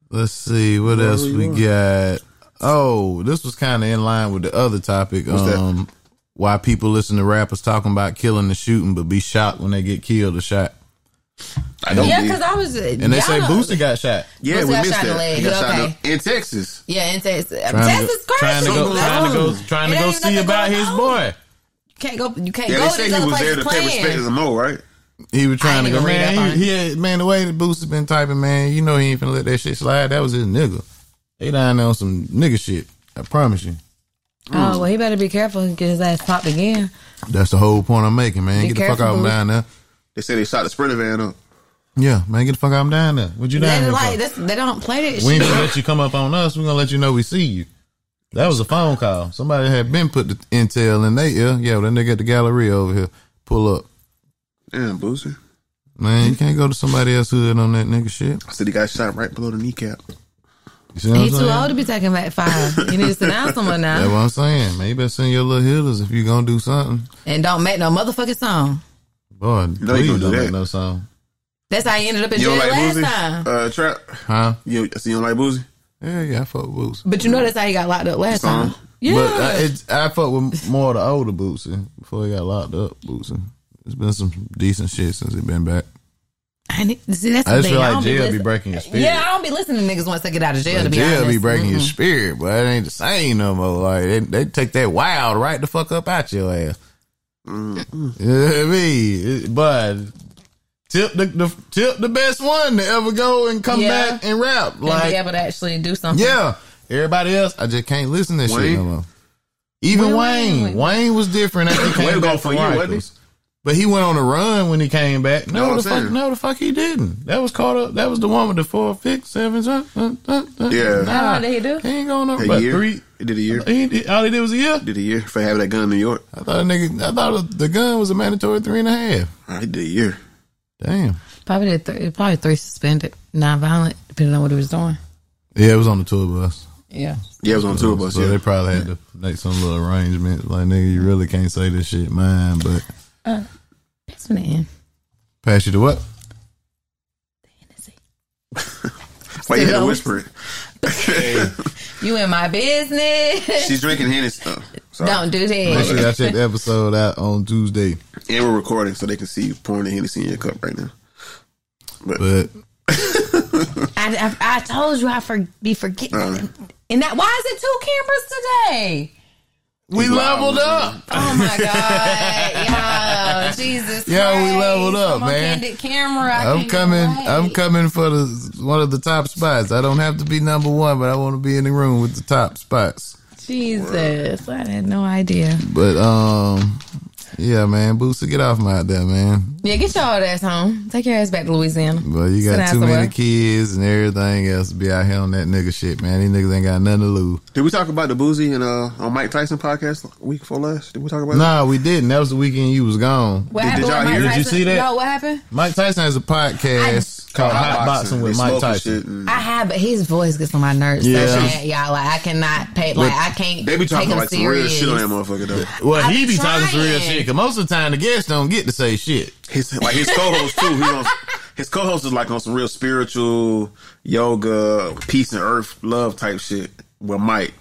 A: Let's see what else we got. Oh, this was kind of in line with the other topic.
C: that?
A: um, why people listen to rappers talking about killing and shooting, but be shocked when they get killed or shot.
C: I don't
B: Yeah,
C: believe-
B: because I was. uh,
A: And they say Boosie got shot.
C: Yeah,
B: Boosie
C: we
B: got
C: missed
B: shot in the
C: that.
B: leg.
C: He got
B: You
C: shot in
B: okay?
C: the- in Texas.
B: Yeah, and Texas.
A: Trying to
B: Texas
A: go, trying to
B: crazy.
A: go, trying to go, trying to
B: It
A: go
B: ain't
A: see
B: nothing
A: about
B: going
A: his
B: on.
A: boy.
B: Can't go. You can't
C: Yeah,
B: go
C: they
B: to
C: said
B: these
C: he
B: other
C: was there to
B: places
C: pay
B: playing.
C: respect to the Mo, right?
A: He was trying
B: I
A: to
B: ain't
A: go,
B: even read up
A: man.
B: on
A: He, he had, man, the way that Boosie been typing, man, you know he ain't finna let that shit slide. That was his nigga. They down there on some nigga shit. I promise you.
B: Oh well, he better be careful and get his ass popped again.
A: That's the whole point I'm making, man.
B: Be
A: get the
B: careful,
A: fuck out
B: boo.
A: from down there.
C: They said they shot the Sprinter van up.
A: Yeah, man, get the fuck out from down there. What you down
B: They,
A: there
B: like,
A: for?
B: that's, they don't play that
A: We ain't
B: shit.
A: gonna let you come up on us. We're gonna let you know we see you. That was a phone call. Somebody had been put the intel in their ear. Yeah, well, that nigga at the gallery over here. Pull up.
C: Damn, Boosie.
A: Man, you can't go to somebody else hood on that nigga shit.
C: I said he got shot right below the kneecap.
A: You see what I'm
B: He's
A: saying?
B: too old to be taking back five. You need to sit down somewhere
A: That's
B: now
A: what I'm saying. Man, you better send your little hitters if you gonna do something.
B: and don't make no motherfucking song.
A: Boy,
C: No, you
A: please
C: gonna do
A: don't
C: that.
A: make no song.
B: That's how he ended up in
C: You
B: jail
C: don't like
B: last
C: Boosie?
B: time.
C: Uh, trap.
A: Huh?
C: You, I see you don't like Boosie?
A: Yeah, yeah, I fuck with Boots.
B: But you know that's how he got locked up last
C: Song?
B: time. Yeah.
A: But I, it, I fuck with more of the older Bootsy before he got locked up, Bootsy. It's been some decent shit since he been back.
B: I need, see, that's
A: I
B: the
A: just
B: thing.
A: feel
B: I
A: like
B: don't be
A: jail be
B: listen-
A: breaking your spirit.
B: Yeah, I don't be listening to niggas once they get out of jail. to
A: Like,
B: be
A: jail
B: honest,
A: be breaking your
B: Mm-mm.
A: spirit, but it ain't the same no more. Like they, they take that wild right the fuck up out your ass. You know what I mean? It- But tip the, the tip the best one to ever go and come
B: Yeah.
A: back and rap.
B: and
A: Like
B: be able to actually do something.
A: Yeah. Everybody else, I just can't listen to that shit
C: Wayne?
A: no more. Even
B: Where
A: Wayne,
B: Wayne
A: Wayne,
B: went?
A: was different after he
C: Wayne
A: came
C: gone
A: back
C: for
A: from
C: you, wasn't he?
A: Rikers. But he went on a run when he came back.
C: Know
A: No,
C: what
A: the
C: I'm
A: fuck,
C: saying?
A: no, the fuck he didn't. That was caught up. That was the one with the four, six, sevens. Uh, uh, uh, uh.
C: Yeah.
A: Nah,
B: How long did he do?
A: He ain't going up.
C: A
A: But
C: year.
A: three.
C: He did a year.
A: He did, all he did was a year.
C: Did a year for having that gun in New York.
A: I thought a nigga. I thought the gun was a mandatory three and a half.
C: I Uh, did a year.
A: Damn.
B: Probably did th- probably three suspended, non-violent, depending on what he was doing.
A: Yeah, it was on the tour bus.
B: Yeah.
C: Yeah, it was on two of us.
A: Uh, So
C: Yeah,
A: they probably had to make some little arrangements. Like, nigga, you really can't say this shit, man. But
B: That's when it end.
A: pass you to what?
C: why you had to
B: Still
C: whisper it?
B: You in my business.
C: She's drinking Hennessy. Oh, sorry.
B: Don't do
A: Make sure
B: that.
A: y'all check the episode out on Tuesday.
C: And we're recording, so they can see you pouring the Hennessy in your cup right now.
A: But
B: I, I, I told you I for, be forgetting.
C: Uh,
B: and that why is it two cameras today?
A: we leveled up.
B: Oh my god! Yo, Jesus.
A: Yeah, we
B: Christ.
A: leveled up,
B: I'm on
A: man.
B: Candid camera. I
A: I'm
B: can't
A: coming.
B: wait.
A: I'm coming for the one of the top spots. I don't have to be number one, but I want to be in the room with the top spots.
B: Jesus, I had no idea.
A: But um, yeah, man, Booster, get off my there, man.
B: Yeah, get your old ass home. Take your ass back to Louisiana.
A: Well, you got
B: Sit down
A: too many
B: somewhere.
A: kids and everything else to be out here on that nigga shit, man. These niggas ain't got nothing to lose.
C: Did we talk about the boozy and uh on Mike Tyson podcast week before last? Did we talk about that?
A: Nah, we didn't. That was the weekend you was gone.
B: What
C: Did-
B: happened?
C: did y'all
B: with Mike
C: hear-
A: did you
B: Tyson?
A: see that?
B: No, what happened?
A: Mike Tyson has a podcast called Hot Boxing with
C: They
A: Mike
C: smoking
A: Tyson.
C: shit and-
B: I have, but his voice gets on my nerves. Yeah,
A: Yeah.
B: so bad, y'all. Like I cannot pay. Like
A: But
B: I can't.
C: They be
B: take
C: talking
B: him
C: like some real
B: serious.
C: shit on that motherfucker though.
A: Well,
B: I
A: he
B: be
A: be talking some real
B: trying.
A: shit because most of the time the guests don't get to say shit.
C: His like his co-host too. He on, his co-host is like on some real spiritual yoga, peace and earth, love type shit with Mike.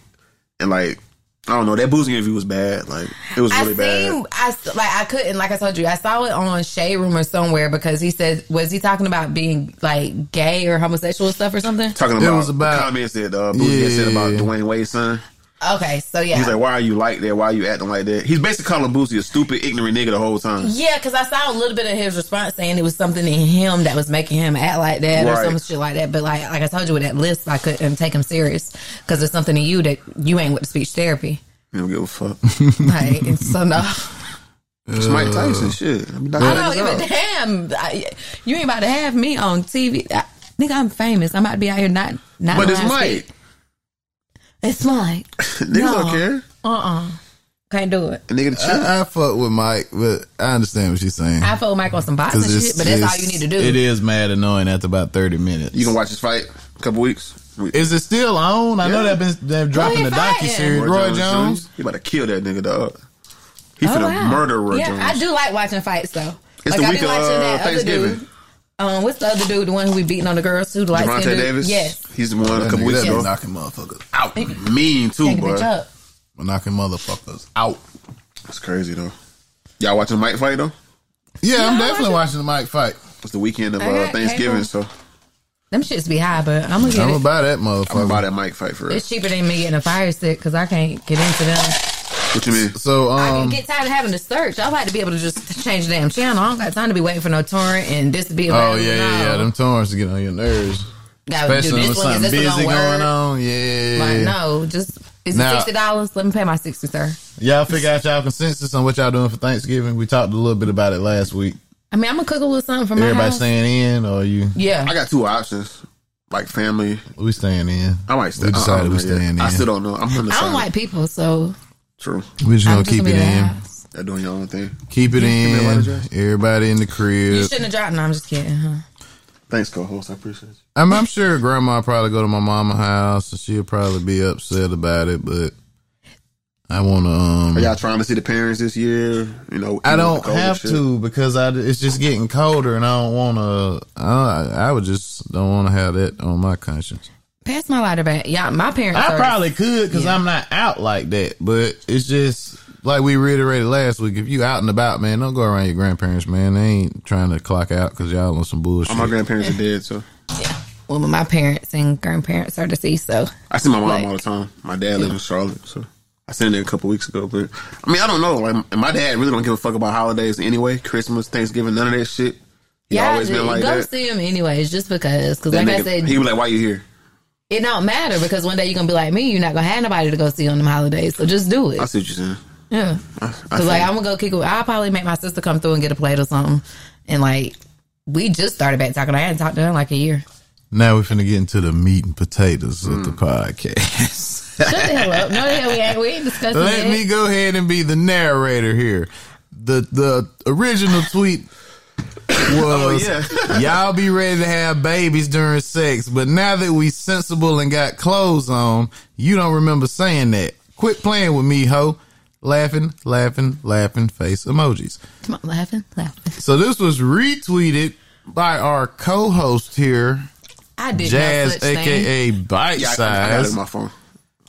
C: And like I don't know, that boozy interview was bad. Like it was
B: I
C: really bad.
B: seen, I s- like I couldn't like I told you I saw it on Shade Room or somewhere because he said was he talking about being like gay or homosexual stuff or something?
C: Talking
A: It
C: about,
A: was about-
C: the comments that uh, Boozy had
A: Yeah.
C: said about Dwayne Wade's son.
B: Okay, so yeah,
C: He's like, "Why are you like that? Why are you acting like that?" He's basically calling Boozy a stupid, ignorant nigga the whole time.
B: Yeah, because I saw a little bit of his response saying it was something in him that was making him act like that or
C: Right.
B: some shit like that. But like, like I told you with that list, I couldn't take him serious because there's something in you that you ain't with speech therapy.
C: He don't give a fuck.
B: Like, and so no,
C: It's
A: Uh,
C: Mike Tyson. Shit. I, mean,
B: I don't give a damn. I, you ain't about to have me on TV. I, nigga, I'm famous. I'm about to be out here not not.
C: But it's
B: allowed to
C: Mike.
B: speak. It's Mike.
C: Niggas
B: No.
C: don't care.
B: Uh uh-uh. uh. can not do it.
C: A nigga to chill.
A: I, I fuck with Mike, but I understand what she's saying.
B: I feel Mike on some boxing
A: 'Cause it's-
B: shit, but that's all
A: it's-
B: you need to do.
A: It is mad annoying after about thirty minutes.
C: You can watch his fight a couple weeks. We-
A: Is it still on? I know
C: Yeah.
A: they've been they're dropping
B: he
A: the docu series.
B: fighting?
A: Roy Jones.
C: He about to kill that nigga, dog. He
B: Oh,
C: finna
B: wow.
C: murder Roy
B: yeah,
C: Jones.
B: I do like watching fights though.
C: It's
B: like
C: the
B: I
C: week
B: be
C: of
B: watching
C: uh,
B: that other
C: Thanksgiving.
B: dude. Um, what's the other dude? The one who we beating on the girls too? The light
C: Javante
B: skinned dude?
C: Davis.
B: Yes.
C: He's the one a couple
A: Nigga,
C: weeks
A: that be
C: ago.
A: knocking motherfuckers,
C: Out. Mean too,
B: Take the
C: boy.
B: bitch up.
A: knocking motherfuckers out.
C: That's crazy though. Y'all watching Mike fight though?
A: Yeah, I'm
B: I
A: definitely watching the Mike fight.
C: It's the weekend of
B: I
C: uh,
B: got
C: Thanksgiving,
B: cable.
C: so
B: Them shits be high, but I'm gonna get
A: I'm
B: it.
A: about that
C: I'm
A: motherfucker.
C: about that Mike fight for real.
B: It's cheaper than me getting a fire stick because I can't get into them.
C: What you mean?
A: So
B: I can
A: um,
B: get tired of having to search. I like to be able to just change the damn channel. I don't got time to be waiting for no torrent and this to be.
A: oh
B: available.
A: yeah, yeah, yeah.
B: No.
A: Them torrents get on your nerves,
B: Gotta do
A: especially when
B: this one. Is
A: something
B: this
A: busy
B: one
A: going
B: going on?
A: on. Yeah,
B: Like no, just is it
A: Now-
B: sixty dollars? Let me pay my sixty, sir.
A: y'all figure out y'all consensus on what y'all doing for Thanksgiving. We talked a little bit about it last week.
B: I mean, I'm gonna cook a little something for my
A: Everybody
B: house.
A: staying in, or you?
B: yeah,
C: I got two options. Like family.
A: We staying in.
C: I might stay.
A: We
C: I- I
A: decided
C: don't
A: we
C: know yet.
A: staying in.
C: I still don't know. I'm undecided.
B: I don't like people, so
C: True.
A: We just
B: I'm
A: gonna
B: just
A: keep
B: gonna
A: it
B: be "Ah, at the
A: in.
B: house.
C: Y'all doing your own thing.
A: Keep it
C: me a
A: in.
C: white address.
A: Everybody in the
B: You
A: crib.
B: shouldn't have dropped. No, I'm just kidding. Huh?
C: Thanks, co-host. I appreciate you.
A: I'm, I'm sure grandma probably go to my mama house and she'll probably be upset about it, but I want to. Um,
C: Are y'all trying to see the parents this year? You know,
A: I
C: you know,
A: don't
C: the COVID
A: have
C: shit.
A: to because I it's just getting colder and I don't want to. I, I would just don't want to have that on my conscience.
B: Pass my lighter back. Yeah, my parents.
A: I
B: are-
A: probably could because I'm not out like that, but it's just like we reiterated last week. If you out and about, man, don't go around your grandparents, man. They ain't trying to clock out because y'all on some bullshit.
C: All my grandparents are dead, so
B: Well, my parents and grandparents are deceased, so
C: I see my mom
B: Like-
C: all the time. My dad lives in Charlotte, so I seen him there a couple weeks ago. But I mean, I don't know. Like, my dad really don't give a fuck about holidays anyway. Christmas, Thanksgiving, none of that shit. He
B: yeah,
C: always
B: I
C: been
B: do.
C: like
B: go
C: that.
B: see them anyways, just because. Because
C: That
B: like I
C: nigga-
B: said,
C: he was like, "Why you here?"
B: it don't matter because one day you're gonna be like me. You're not gonna have nobody to go see on them holidays, so just do
C: I
B: it.
C: see what you're saying.
B: Yeah. Cause like I'm gonna go kick. it- I'll probably make my sister come through and get a plate or something. And like we just started back talking. I hadn't talked to her in like a year.
A: Now we're finna get into the meat and potatoes of the podcast.
B: Shut the hell up. No, the hell we ain't. We ain't discussing
A: Let
B: it.
A: me go ahead and be the narrator here. The the original tweet
C: Oh,
A: was y'all be ready to have babies during sex, but now that we sensible and got clothes on, you don't remember saying that. Quit playing with me, ho. Laughing, laughing, laughing face emojis.
B: Come on, laughing, laughing.
A: So this was retweeted by our co-host here,
B: I did no
A: Jazz,
B: such thing.
A: aka Bite
C: Yeah, I, got- I got it
A: Size.
C: in my phone.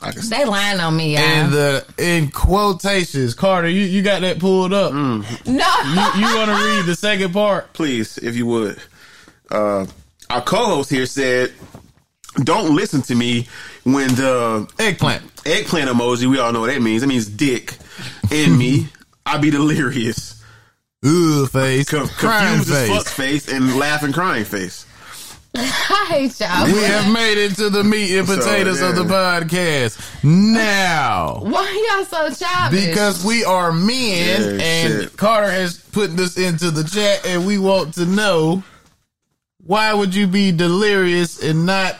C: I can see.
B: They lying on me, y'all.
A: And the in quotations, Carter, you, you got that pulled up.
B: no,
A: You, you want to read the second part?
C: Please, if you would. Uh, our co-host here said, "Don't listen to me when the
A: Eggplant.
C: eggplant emoji. We all know what that means. It means dick and me. I be delirious,
A: Ooh, face.
C: Co-
A: Crime
C: confused as fuck
A: face.
C: face, and laughing crying face.
B: I hate y'all.
A: We have made it to the meat and
C: So,
A: potatoes of the
C: yeah.
A: podcast now.
B: Why y'all so childish?
A: Because we are men,
C: Yeah,
A: and
C: shit.
A: Carter has put this into the chat, and we want to know why would you be delirious and not?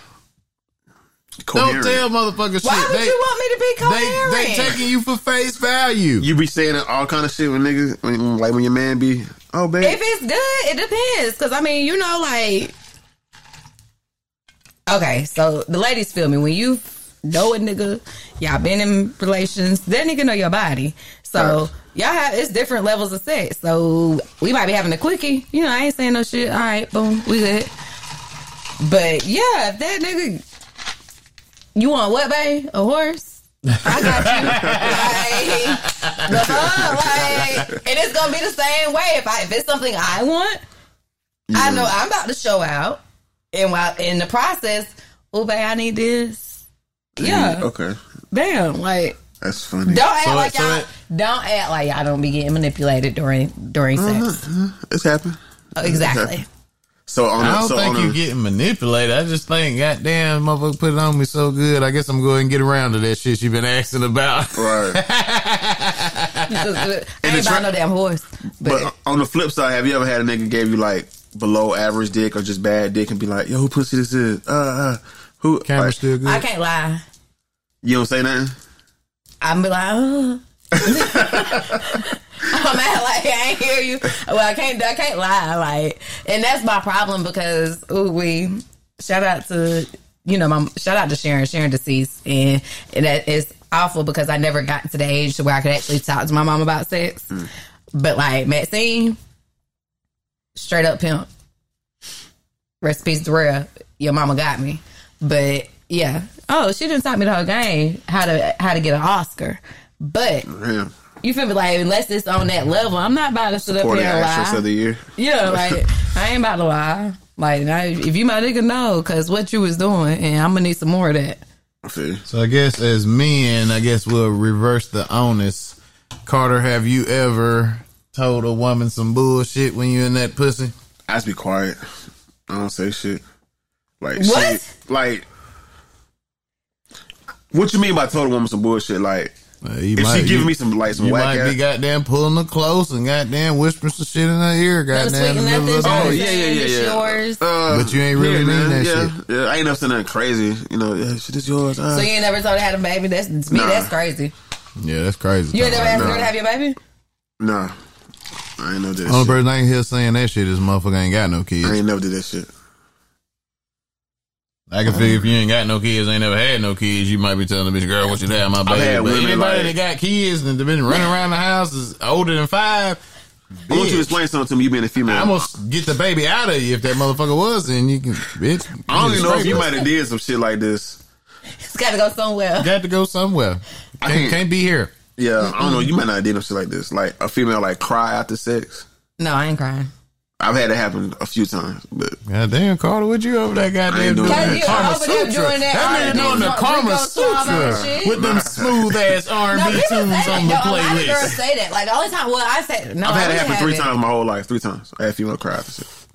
C: Coherent.
A: Don't tell motherfuckers
B: why
A: shit.
B: would
A: They-
B: you want me to be coherent?
A: they they taking you for face value.
C: You be saying all kind of shit when niggas, when, like when your man be, oh babe,
B: If it's good, it depends. Cause I mean, you know, like okay, so the ladies feel me when you know a nigga, y'all been in relations, that nigga know your body, so y'all have it's different levels of sex. So we might be having a quickie, you know. I ain't saying no shit. All right, boom, we good. But yeah, if that nigga, you want what, babe? A horse? I got you. like, the fuck? Like, and it's gonna be the same way. If I if it's something I want, I know I'm about to show out, and while in the process, oh babe, I need this. Yeah,
C: okay,
B: damn. Like,
C: that's funny.
B: don't act
A: So
B: like
A: it- so
B: y'all.
A: it-
B: don't act like y'all don't be getting manipulated during during sex.
C: It's happened.
B: Oh, exactly.
C: So on,
A: I
C: a,
A: don't
C: so
A: think
C: on
A: you
C: a,
A: getting manipulated. I just think, goddamn, motherfucker put it on me so good. I guess I'm going to get around to that shit you've been asking about.
C: right.
B: I
C: And
B: ain't
C: it's
B: buy
C: right-
B: no damn horse, but,
C: But uh, on the flip side, have you ever had a nigga gave you like below average dick or just bad dick and be like, yo, who pussy this is? Uh, uh who?
A: Camera
C: like,
A: still good.
B: I can't lie.
C: You don't say nothing.
B: I'm be like, oh. I'm at like I ain't hear you. Well, I can't. I can't lie. Like, and that's my problem because ooh, we shout out to you know my shout out to Sharon. Sharon deceased, and and that is awful because I never got to the age to where I could actually talk to my mom about sex. But like Maxine, straight up pimp. Recipes Drea, your mama got me. But yeah. Oh, she didn't taught me the whole game how to how to get an Oscar. But
C: Yeah.
B: you feel me like unless it's on that level, I'm not about to sit up
C: Or
B: here
C: the
B: and
C: actress of the
B: lie.
C: year.
B: Yeah, like I ain't about to lie. Like now, if you my nigga, no, cause what you was doing, and I'm gonna need some more of that.
C: I feel you.
A: so I guess as men, I guess we'll reverse the onus. Carter, have you ever told a woman some bullshit when you in that pussy?
C: I just be quiet. I don't say shit. Like
B: What?
C: shit. Like. What you mean by total woman some bullshit? Like
A: Uh, you
C: if she
A: might-
C: giving
A: you-
C: me some like some
A: You
C: whack
A: might
C: ass,
A: be goddamn pulling her close and goddamn whispering some shit in her ear, goddamn. in the middle of the
C: Oh,
A: night.
C: yeah, yeah, yeah, yeah.
B: Yours.
C: Uh,
A: But you ain't really mean that
C: man, yeah, Yeah, I ain't never said nothing crazy. You know, yeah, shit is yours. Uh,
B: so you ain't never told her how to baby. That's to me.
C: Nah.
B: That's crazy.
A: Yeah, that's crazy.
B: You ain't never asked
C: Nah.
B: her to have your baby.
C: nah, I ain't never did that
A: Only
C: shit.
A: person I can hear saying that shit is motherfucker ain't got no kids.
C: I ain't never did that shit.
A: I can figure if you ain't got no kids, ain't never had no kids, you might be telling the bitch, girl, what you have my baby.
C: had
A: But
C: women
A: anybody
C: like-
A: that got kids and been running around the house is older than five,
C: I want you to
A: bitch,
C: explain something to me. You being a female,
A: I'm gonna get the baby out of you if that motherfucker was, and you can, bitch.
C: I don't even know if you
A: scrape
C: might have did some shit like this.
B: It's got to go
A: it.
B: somewhere.
A: Got to go somewhere.
C: I
A: Can't,
C: can't-
A: can't be here.
C: Yeah, I don't know. You might not have did some shit like this. Like a female like cry after sex.
B: No, I ain't crying.
C: I've had that happen a few times, but
A: Goddamn, Carter, what you over there? Goddamn,
C: ain't
A: doing
C: doing
B: Cause
C: that.
A: that
B: you
A: Karma
B: over there
A: Sutra.
B: doing that
A: That
B: R&B
A: nigga doing the
B: Rico
A: Karma
B: Suave
A: Sutra
B: shit.
A: with them smooth ass R and
B: No,
A: B
B: people say
A: tunes
B: that.
A: on the
B: no, A lot of girls
A: playlist.
B: say that. Like the only time, well, I say no.
C: I've had
B: I
C: it happen three
B: haven't.
C: times my whole life. Three times I had a female cry after sex.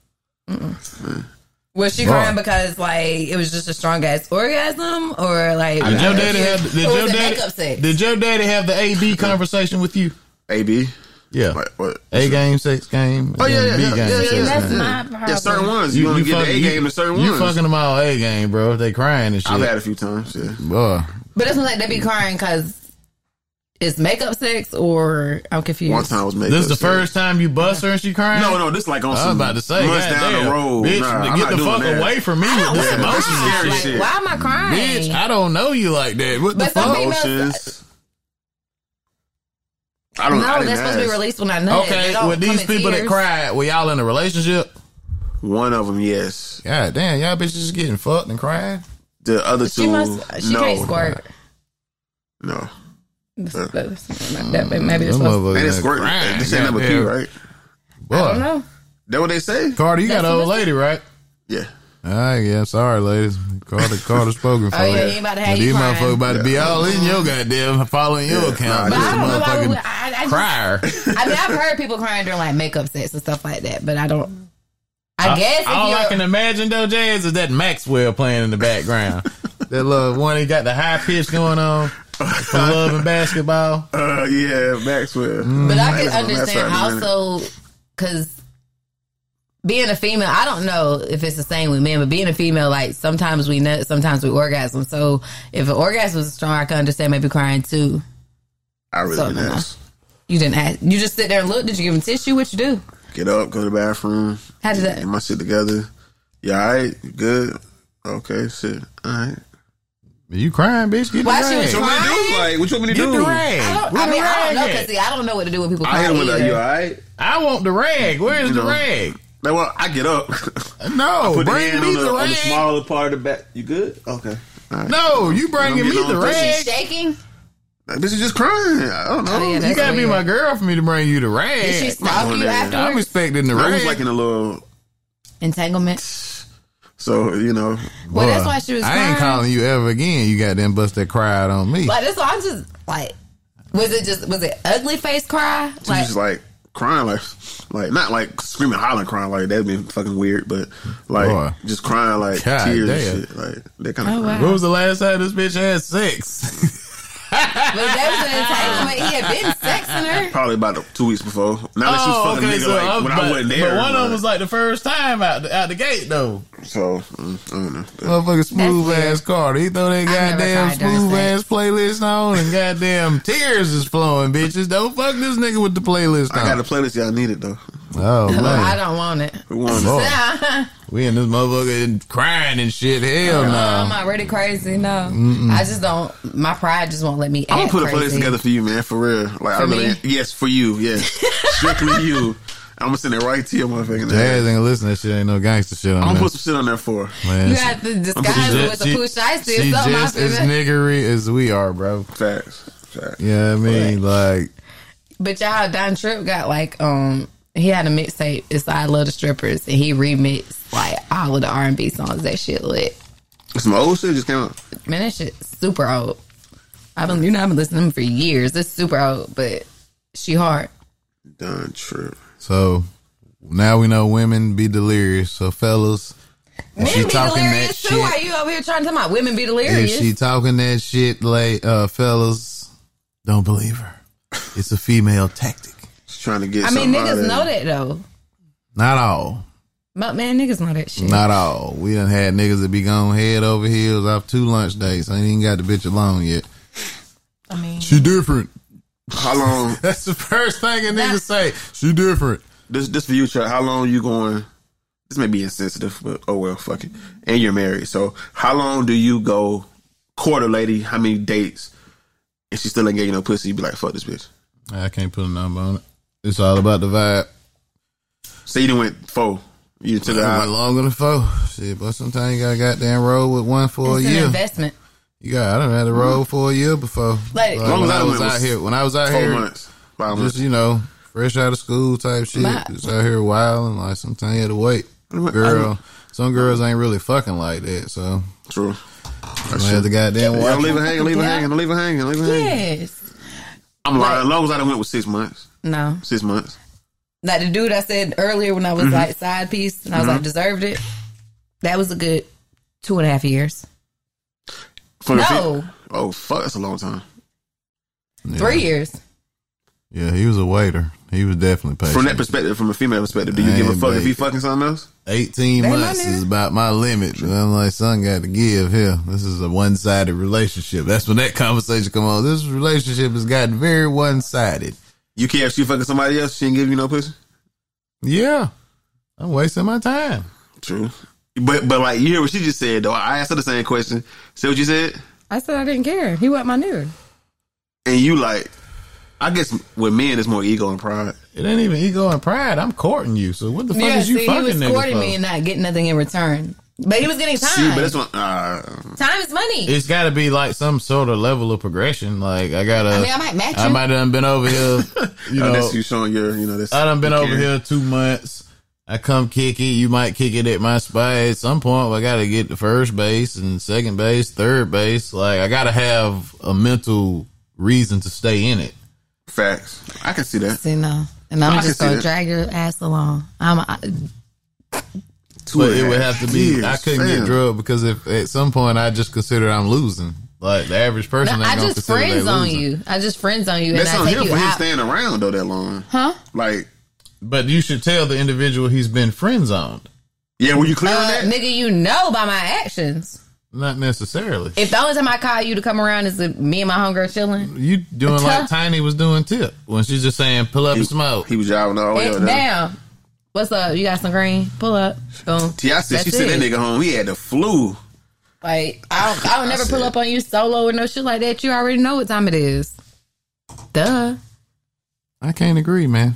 B: Was she crying because like it was just a strong ass orgasm, or like
A: Did your daddy have? Did
B: or was
A: your
B: it
A: daddy?
B: makeup sex?
A: Did your daddy have the AB conversation with you?
C: AB.
A: Yeah.
C: What? what?
A: A game, sex game.
C: Oh,
A: and
C: yeah,
A: then
C: yeah,
A: B
C: yeah,
A: game,
C: yeah,
A: sex
C: yeah,
A: game.
B: That's my problem.
C: Yeah, certain ones. You, want to get
A: fuck-
C: the A
A: you-
C: game to certain
A: you
C: ones.
A: fucking them all A game, bro. They crying and shit.
C: I've had a few times. Yeah.
A: Boy.
B: But it's not like they be crying because it's makeup sex, or I'm confused.
C: One time was made.
A: This is the first time you bust her and she crying?
C: No, no, this like on
A: I was
C: some
A: about to say,
C: months down
A: goddamn,
C: the road.
A: Bitch,
C: nah, I'm
A: get
C: not
A: the
C: doing
A: fuck
C: that.
A: away from me
B: I
A: with
B: don't
A: this
C: Yeah,
B: wanna
C: that's
A: emotion.
C: some
B: cry.
C: scary
B: Like,
C: shit.
B: Why am I crying?
A: Bitch, I don't know you like that. What the
B: But some
A: fuck?
B: people-
C: Emotions. I don't.
B: no,
C: I
B: that's
C: didn't
B: supposed to be
C: ask.
B: released when I nut. They
A: Okay,
B: don't
A: with
B: come
A: these
B: in
A: people that
B: tears.
A: cried, were y'all in a relationship?
C: One of them, yes.
A: God damn, y'all bitches just getting fucked and crying?
C: The other two,
B: she must. She
C: no,
B: can't squirt.
C: no.
B: That's- that's- That, maybe it's
A: Them
B: supposed.
A: motherfuckers
C: They didn't
A: been
C: squirt.
A: Oh, crying,
C: This ain't number
A: goddamn.
C: two, right?
A: Boy.
B: I don't know.
C: That what they say?
A: Carter, you got an
B: That's
A: old
B: what-
A: lady, right?
C: Yeah.
A: Ah, yeah, sorry, ladies. Carter, Carter spoken for
B: Oh, yeah,
A: it.
B: he about to
A: But
B: have you
A: These
B: crying.
A: motherfuckers about to be all in your goddamn, following your
C: Yeah,
A: account.
C: nah,
A: This
C: this-
A: a
B: I don't know why we-
A: motherfucking
B: I- I just-
A: crier.
B: I mean, I've heard people crying during like makeup sets and stuff like that, but I don't. I, guess if
A: all
B: you're,
A: I can imagine though, Jazz, is that Maxwell playing in the background. that little one, he got the high pitch going on for love and basketball.
C: Uh, yeah, Maxwell. Mm.
B: but I
C: Maxwell,
B: can understand
C: Maxwell, man.
B: also because being a female, I don't know if it's the same with men, but being a female, like sometimes we nut, sometimes we orgasm. So if an orgasm is strong, I can understand maybe crying too.
C: I really
B: Something
C: didn't ask.
B: You didn't ask. You just sit there and look. Did you give him tissue? What you do?
C: Get up, go to the bathroom.
B: How did
C: Get
B: that?
C: my shit together. You all right? You good? Okay, shit. All right.
A: You crying, bitch? Get
B: Why
A: the
B: she
A: rag.
B: was
C: So
B: trying-
C: what you do? Like, what you want me to
A: Get
C: do?
A: the rag.
B: I, don't,
A: Where
B: I
A: the
B: mean, I don't
A: rag
B: know
A: at?
B: because see, I don't know what to do when people
C: I
B: cry.
C: hit him with that. You all
B: either.
C: right?
A: I want the rag. Where's
C: You
A: the
C: know.
A: rag?
C: Like, well, I get up.
A: No,
C: Put the
A: bring
C: hand
A: me
C: on
A: the,
C: the, on the
A: rag.
C: smaller part of the back. You good? Okay. All right.
A: no, you bringing
C: You
A: me
C: don't
A: the
C: get on
B: She's
A: rag.
B: shaking.
C: Like, this is just crying. I don't know.
B: Oh, yeah,
A: You
B: that's
A: gotta be
B: weird.
A: my girl for me to bring you the
B: Did she
A: rag.
B: stalk
C: doing
B: you
C: that.
B: afterwards?
A: I'm expecting the
C: I was
A: rag.
C: like in a little.
B: Entanglement.
C: So you know,
B: Well, that's
A: Boy,
B: why she was.
A: I ain't
B: crying.
A: calling you ever again. You goddamn bust that cry out on me.
B: Like that's why I'm just like. Was it just was it ugly face cry?
C: she was
B: Like
C: just like crying, like like not like screaming, hollering, crying. Like that'd been fucking weird, but like
A: Boy.
C: just crying, like
A: God
C: tears
A: damn.
C: and shit. Like that kind of.
B: Oh, wow.
A: When was the last time this bitch had sex?
B: but that was an entanglement. He had been sexing her.
C: Probably about the- two weeks before. Now that she
B: Oh,
C: was fucking nigga, like
A: Oh, I'm-
C: when
A: but,
C: I wasn't there.
A: But one of them
C: like-
A: was like the first time out the, out the gate though.
C: So mm, I don't know.
A: Motherfucking smooth
B: weird.
A: ass Carter. He throw that
B: never
A: goddamn
B: cried during
A: smooth ass playlist on and goddamn tears is flowing, bitches. Don't fuck this nigga with the playlist
C: I got
A: on.
C: a playlist y'all need it though.
A: Oh
B: Well, I
A: man,
B: don't want it.
C: We want it.
A: Lord.
B: Nah,
A: we in this motherfucker crying and shit. Hell
B: I'm
A: no.
B: already crazy. No, I just don't. My pride just won't let me.
C: I'm
B: act
C: gonna put a
B: crazy.
C: playlist together for you, man, for real. Like I
B: For
C: really,
B: me?
C: yes, for you, yes, strictly you. I'm gonna send it right to your motherfucking
A: Jazz ain't
C: ass.
A: gonna listen to that shit. Ain't no gangster shit on
C: I'm gonna
A: there.
C: put some shit on there for. her.
A: Man,
B: You
A: she-
B: have to
C: I'm
B: disguise
C: putting
B: it with a pooch icy or
A: she
B: something. I
A: just
B: feel
A: as
B: that.
A: niggery as we are, bro.
C: Facts. Facts.
A: Yeah, I mean, like,
B: But y'all, Don Tripp got like um he had a mixtape. It's I love the strippers, and he remixed like all of the R and B songs. That shit lit.
C: Some old shit just came out.
B: Man, that shit super old. I've been you know I've been listening to him for years. It's super old, but she hard.
C: Done trip.
A: so now we know women be delirious. So, fellas,
B: Men
A: she
B: be
A: talking that
B: delirious too.
A: shit-
B: Why you over here trying to talk about women be
A: if
B: delirious?
A: she talking that shit, like, uh, fellas, don't believe her. It's a female tactic.
C: Just trying to get.
B: I mean,
C: something out of
B: niggas
C: it.
B: know that though.
A: Not all.
B: But man, niggas know that shit.
A: Not all. We done had niggas that be gone head over heels off two lunch dates. I ain't even got the bitch alone yet.
B: I mean,
A: She different.
C: How long?
A: That's the first thing a nigga say. She different.
C: This this for you, Chuck. How long you going? This may be insensitive, but oh well, fuck it. And you're married, so how long do you go? Quarter lady, how many dates? And she still ain't getting no pussy. You be like, fuck this bitch.
A: I can't put a number on it. It's all about the vibe.
C: So you done went four. You took it
A: I went
C: out.
A: longer than four. Shit, but sometimes you gotta goddamn roll with one for
B: it's
A: a
B: an
A: year.
B: investment.
A: You got I done had to roll for a year before.
B: Like-
C: Long
A: when
C: as I
A: I was
C: went
A: out
C: was
A: here, when I was out
C: Four
A: here,
C: months. Five
A: just
C: months.
A: you know, fresh out of school type shit,
B: My-
A: just out here wild and like sometimes you had to wait.
C: I'm-
A: Girl, some girls ain't really fucking like that, so
C: True.
A: I had to goddamn
C: Yeah,
A: watch.
C: don't leave it hanging, leave it
B: Yeah.
C: hanging, leave it hanging, leave it hanging.
B: Yes.
C: I'm lying. As long as I done went with six months.
B: No.
C: Six months.
A: Mm-hmm.
B: Like the dude I said earlier when I was like side piece and I was like deserved it. That was a good two and a half years.
C: From the
B: No.
C: fi- oh fuck, that's a long time.
A: Yeah.
B: Three years.
A: Yeah, he was a waiter. He was definitely patient.
C: From that perspective, from a female perspective, do you
A: Hey,
C: give a fuck
A: babe.
C: if he fucking something else?
A: 18
B: They my
A: months
B: nigga.
A: is about my limit. And I'm like, son, got to give here. This is a one sided relationship. That's when that conversation come on. This relationship has gotten very one sided.
C: You care if she fucking somebody else? She ain't give you no pussy.
A: Yeah. I'm wasting my time.
C: True. But but like you hear what she just said though. I asked her the same question. See what you said,
B: I said I didn't care. He wasn't my nigga.
C: and you like. I guess with men it's more ego and pride.
A: It ain't even ego and pride. I'm courting you. So what the fuck
B: Yeah,
A: is you
B: see, he
A: fucking
B: was
A: niggas
B: courting
A: for?
B: me and not getting nothing in return. But he was getting time.
C: See, but that's what. Uh,
B: time is money.
A: it's got to be like some sort of level of progression. Like I gotta.
B: I mean, I might match
A: I
B: you.
A: might have been over here. You know,
C: unless uh, Oh, you showing your, you know, this.
A: I done been
C: you
A: over
C: care.
A: here two months. I come kick it. You might kick it at my spot at some point. But I got to get to first base and second base, third base. Like I got to have a mental reason to stay in it.
C: Facts. I can see that.
B: See, no. And I'm
C: I
B: just
C: can see
B: gonna
C: that.
B: drag your ass along. I'm I,
C: Two
A: But
C: and a
A: it would
C: half
A: have to be.
C: years,
A: I couldn't
C: fam.
A: get drugged because if at some point I just consider I'm losing. Like the average
B: no,
A: person, ain't
B: I
A: gonna
B: just
A: consider they
B: friends on
A: losing.
B: you. I just friends on you,
C: That's
B: and
C: on
B: I take
C: him
B: you
C: for him
B: out.
C: staying around though that long.
B: Huh?
C: Like,
A: But you should tell the individual he's been friend zoned.
C: yeah, were you clear on
B: Uh,
C: that?
B: nigga, you know by my actions.
A: Not necessarily.
B: If the only time I call you to come around is if me and my homegirl chilling,
A: You doing like Tiny was doing tip when she's just saying pull up and smoke.
C: He was driving all the way
B: it's
C: up there.
B: down. What's up? You got some green? Pull up. Boom.
C: T.I. said she
B: That's
C: sent
B: it.
C: that nigga home. He had the flu.
B: Like I don't, I don't never pull
C: said-
B: up on you solo or no shit like that. You already know what time it is. Duh.
A: I can't agree, man.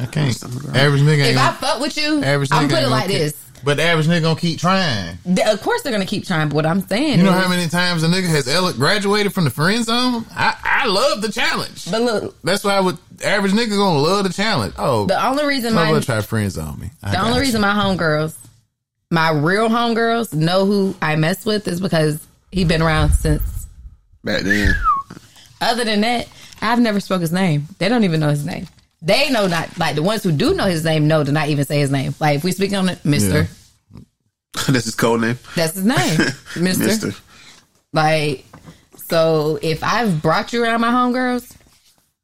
A: I can't. Average nigga ain't
B: If I
A: gonna,
B: fuck with you, I'm
A: average nigga
B: gonna put
A: ain't gonna
B: it like
A: keep-
B: this.
A: But the average nigga gonna keep trying.
B: Th- Of course they're gonna keep trying. But what I'm saying,
A: You know
B: is-
A: how many times a nigga has ele- graduated from the friend zone? I, I love the challenge.
B: But look,
A: That's why I would average nigga gonna love the challenge. Oh,
B: the only reason
A: my
B: my
A: will try friends on me. I
B: the
A: got
B: only
A: you.
B: reason my homegirls, my real homegirls, know who I mess with is because he been around since.
C: Back then.
B: Other than that, I've never spoke his name. They don't even know his name. They know not like the ones who do know his name know to not even say his name. Like if we speak on it, Mister,
A: Yeah.
C: That's his code name.
B: that's his name, Mister.
C: Mister.
B: Like, so if I've brought you around my homegirls,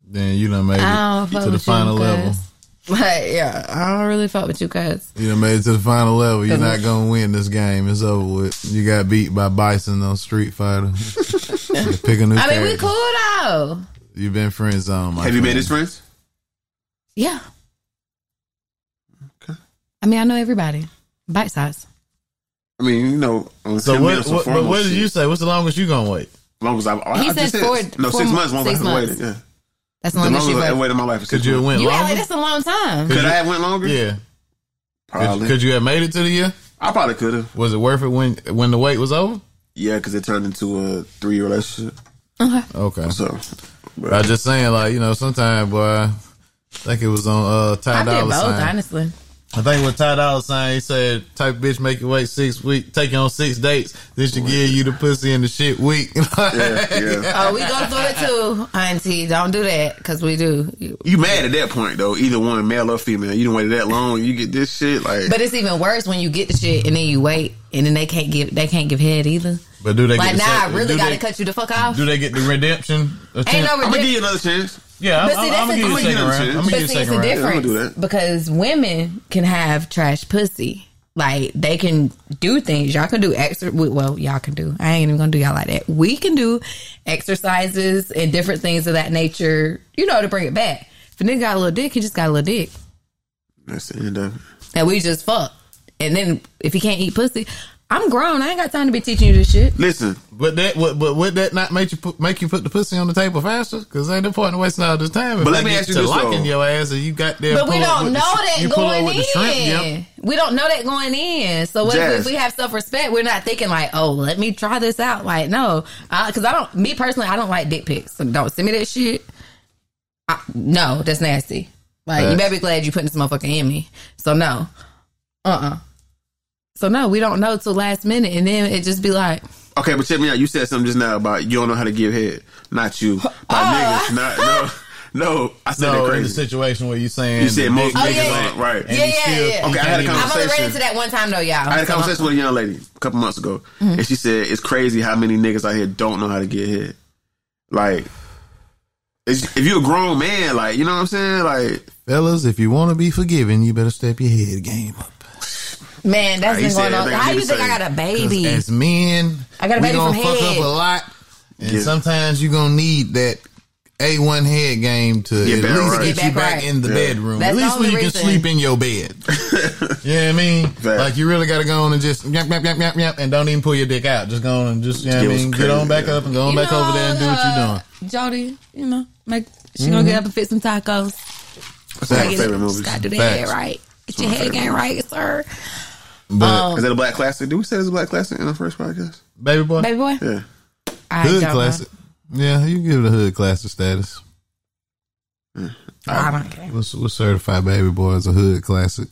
A: then you done made
B: I don't
A: it
B: fuck
A: to the
B: with
A: final
B: you,
A: level.
B: cuz. like, yeah, I don't really fuck with you guys.
A: You done made it to the final level. You're
B: Cause
A: not
B: we-
A: gonna win this game. It's over with. You got beat by Bison on Street Fighter. Pick a new
B: I mean, we
A: character.
B: cool though.
A: You've been friend zone. My
C: Have you been
A: friend.
C: his friends?
B: Yeah. I mean, I know everybody. Bite size.
C: I mean, you know, on
A: So
C: him
A: what?
C: being some
A: what but
C: formal
A: what did
C: shit.
A: you say? What's the longest you gonna wait?
C: As long as I, I,
B: He
C: I just
B: said four-
C: no
B: four
C: six
B: mo-
C: months. Long
B: six
C: as I
B: months.
C: waited. Yeah,
B: That's the longest
C: the longest
B: you
C: I
B: wait.
C: waited in my life. is
A: Could
C: six
A: you have
C: months.
A: went
B: You act like
A: longer?
B: that's a long time.
C: Could I have went longer?
A: Yeah. Could you,
C: probably.
A: could you have made it to the year?
C: I probably could have.
A: Was it worth it when when the wait was over?
C: Yeah, because it turned into a three year relationship.
A: Okay.
C: So, but
A: I just saying, like you know, sometimes boy, I think it was on uh, Ty
B: I did
A: Dolla
B: both,
A: Sign.
B: honestly.
A: I think with Ty Dolla Sign, he said, "Type of bitch make you wait six weeks, take you on six dates, then she give you the pussy and the shit week."
C: yeah, yeah.
B: Oh, we go through it too, auntie. Don't do that because we do.
C: You mad at that point though? Either one, male or female. You done waited that long. You get this shit like.
B: But it's even worse when you get the shit and then you wait and then they can't give they can't give head either.
A: but do they
B: Like
A: get the
B: now, I
A: sec-
B: really
A: do
B: gotta
A: they,
B: cut you the fuck off.
A: Do they get the redemption?
B: Ain't
A: attempt?
B: no
C: I'm gonna give you
B: redemption.
C: another chance.
A: yeah, I'm,
B: But see,
A: I'm,
B: that's
A: I'm gonna
B: the
A: give you a
B: thing.
A: second round. I'm gonna give
B: But see,
A: you a
B: it's
A: second
B: a
A: round.
C: Yeah, I'm gonna
B: difference
C: do that.
B: because women can have trash pussy. Like they can do things. Y'all can do extra. Well, y'all can do. I ain't even gonna do y'all like that. We can do exercises and different things of that nature. You know to bring it back. If a nigga got a little dick, he just got a little dick,
C: That's the end of it.
B: and we just fuck. And then if he can't eat pussy, I'm grown. I ain't got time to be teaching you this shit.
C: Listen,
A: But that, would, but would that not make you put, make you put the pussy on the table faster? Because ain't no point in wasting all this time. If
C: But let
A: I
C: me
A: get
C: ask you
A: to
C: this,
A: locking
C: though.
A: your ass, and you got there.
B: But we
A: pull up
B: don't know
A: with the, sh-
B: that
A: you pull up
B: going
A: with
B: in.
A: the shrimp, yep.
B: We don't know that going in. So what if,
C: Jazz.
B: if we have self respect, we're not thinking like, oh, let me try this out. Like, no, because I don't. Me personally, I don't like dick pics. So don't send me that shit. I, no, that's nasty. Like, you
A: Facts.
B: better be glad you putting this motherfucker in me. So no, uh, uh So no, we don't know till last minute, and then it just be like,
C: okay,
B: Ah.
C: but check me out. You said something just now about you don't know how to give head. Not you, but niggas. Not no, No, I said
A: No,
C: that
A: in the
C: crazy.
A: situation where you saying
C: You said
A: the
C: most
A: dick-
B: Oh,
C: niggas
B: yeah,
C: ain't-
B: yeah.
C: right.
B: Yeah, yeah,
A: still-
B: yeah.
C: Okay, I had a
A: I've
B: I've only ran
C: conversation.
B: into that one time though, y'all.
C: I had a
B: So I'm-
C: conversation with a young lady a couple months ago, and she said it's crazy how many niggas out here don't know how to get hit. Like, it's- if you're a grown man, like you know what I'm saying, like
A: Fellas, if you want to be forgiven, you better step your head game up.
B: Man, that's
C: He
B: been
C: said
B: going on.
C: everything I
B: How
C: need
B: you
C: to
B: think I
C: say.
B: got a
A: 'Cause
B: baby?
A: As men,
B: I got a
A: we
B: baby
A: gonna
B: from
A: fuck
B: head.
A: up a lot, and
C: Yeah.
A: sometimes you're gonna need that a one head game to
C: Get
A: at
C: back
A: least
C: right.
A: get,
B: Get
A: you
B: back
A: back
B: right.
A: in the
C: Yeah.
A: bedroom.
B: That's
A: at
B: the
A: least
B: only
A: when you
B: reason.
A: can sleep in your bed. you know what I mean?
C: Fact.
A: Like you really gotta go on and just yap yap yap yap yap, and don't even pull your dick out. Just go on and just you know what I
C: It was
A: mean. Get
C: crazy,
A: on back
C: yeah.
A: up and go on
B: You
A: back over there and do what you're doing. Mm-hmm.
B: uh, Jody, you know, make she gonna get up and fit some tacos.
C: that's one of my
B: Gotta get-
C: favorite movies.
B: just Gotta do that
C: Is
A: Facts.
B: head right. Get
C: one
B: your
C: of my
B: head
C: favorite
B: game right, sir.
A: But
B: oh.
C: that a black classic? Did we say it's a black classic in the first podcast?
A: baby boy,
B: Baby boy,
C: Yeah,
B: I
A: hood
B: don't know.
A: classic. Yeah, you give it a hood classic status.
B: I don't care.
A: What's what's certified baby boy is a hood classic.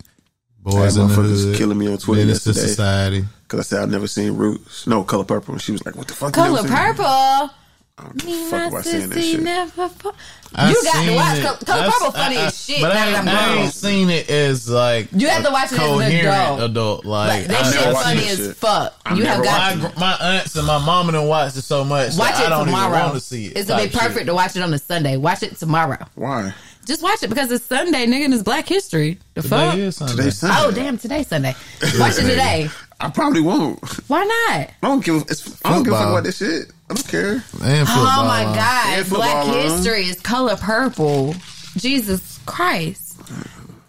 A: Boys
C: That
A: in the
C: motherfucker's
A: hood,
C: killing me on Twitter
A: menace to
C: yesterday.
A: society.
C: because I said I've never seen Roots. No, Color Purple, and she was like, "What the fuck? you
B: Color
C: never seen Roots?"
B: purple.
C: I don't give a
B: Me
C: fuck
B: my
C: about saying that
B: sissy
C: shit.
B: never fall.
A: I
B: You got to
A: seen
B: watch
A: it.
B: Color- Color
A: I've-
B: Purple
A: I-
B: funny
A: I-
B: as shit,
A: But
B: now
A: I,
B: that
A: ain't-
B: I'm
A: I
B: grown.
A: ain't seen it as like
B: You have to watch it as an
A: coherent
B: adult.
A: adult. Like,
B: Like, that
A: I,
B: shit
C: never
A: I
C: watched
B: funny
C: that
B: as
C: shit.
B: fuck.
C: I've
B: you have
A: my
C: never
B: got
C: watched
B: to
A: gr- my aunts and my mom and them watched it so much.
B: watch
A: that I
B: it
A: don't even
B: tomorrow.
A: want to see it.
B: It's gonna be
A: type shit.
B: perfect to watch it on a Sunday. Watch it tomorrow.
C: Why?
B: Just watch it because it's Sunday, nigga, and it's Black History. The fuck?
A: Today is Sunday.
C: Today's Sunday.
B: Oh damn! Today's Sunday. Watch it today.
C: I probably won't.
B: Why not?
C: I don't give. a- It's, I don't give a fuck
A: Football.
C: about this shit. I don't care.
A: And football.
B: Oh my
C: Yeah,
B: God!
C: football,
B: Black
C: huh?
B: History is color purple. Jesus Christ!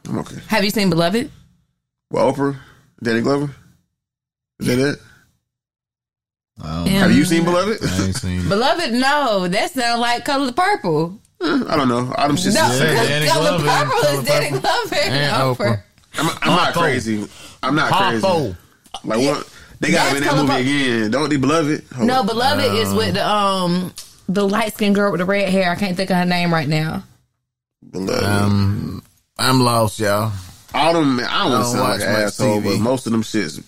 C: I'm okay.
B: Have you seen Beloved?
C: Well, Oprah, Danny Glover. Is that it?
A: I, don't,
C: Have
B: Yeah.
C: you seen Beloved?
A: I ain't seen it.
B: Mm. Beloved? No, that sounds like color purple.
C: I don't know. Autumn's
B: No,
C: just.
B: because
A: Danny
B: color
A: Glover and
B: purple
A: Color
B: is Danny
A: Purple.
B: Glover
A: And
B: and
A: Oprah.
B: Oprah.
C: I'm, I'm not
A: Harpo.
C: crazy. I'm not
A: Harpo.
C: crazy. Like what? They got him
B: That's
C: in that
B: Color
C: movie
B: Purple.
C: again. Don't they Beloved? Hold
B: No,
C: on.
B: Beloved is with the um the light skinned girl with the red hair. I can't think of her name right now.
C: Beloved.
A: Um, I'm lost, y'all.
C: All them. I don't
A: I
C: want
A: don't
C: to sound like
A: watch
C: an
A: much
C: asshole,
A: TV.
C: but most of them shits.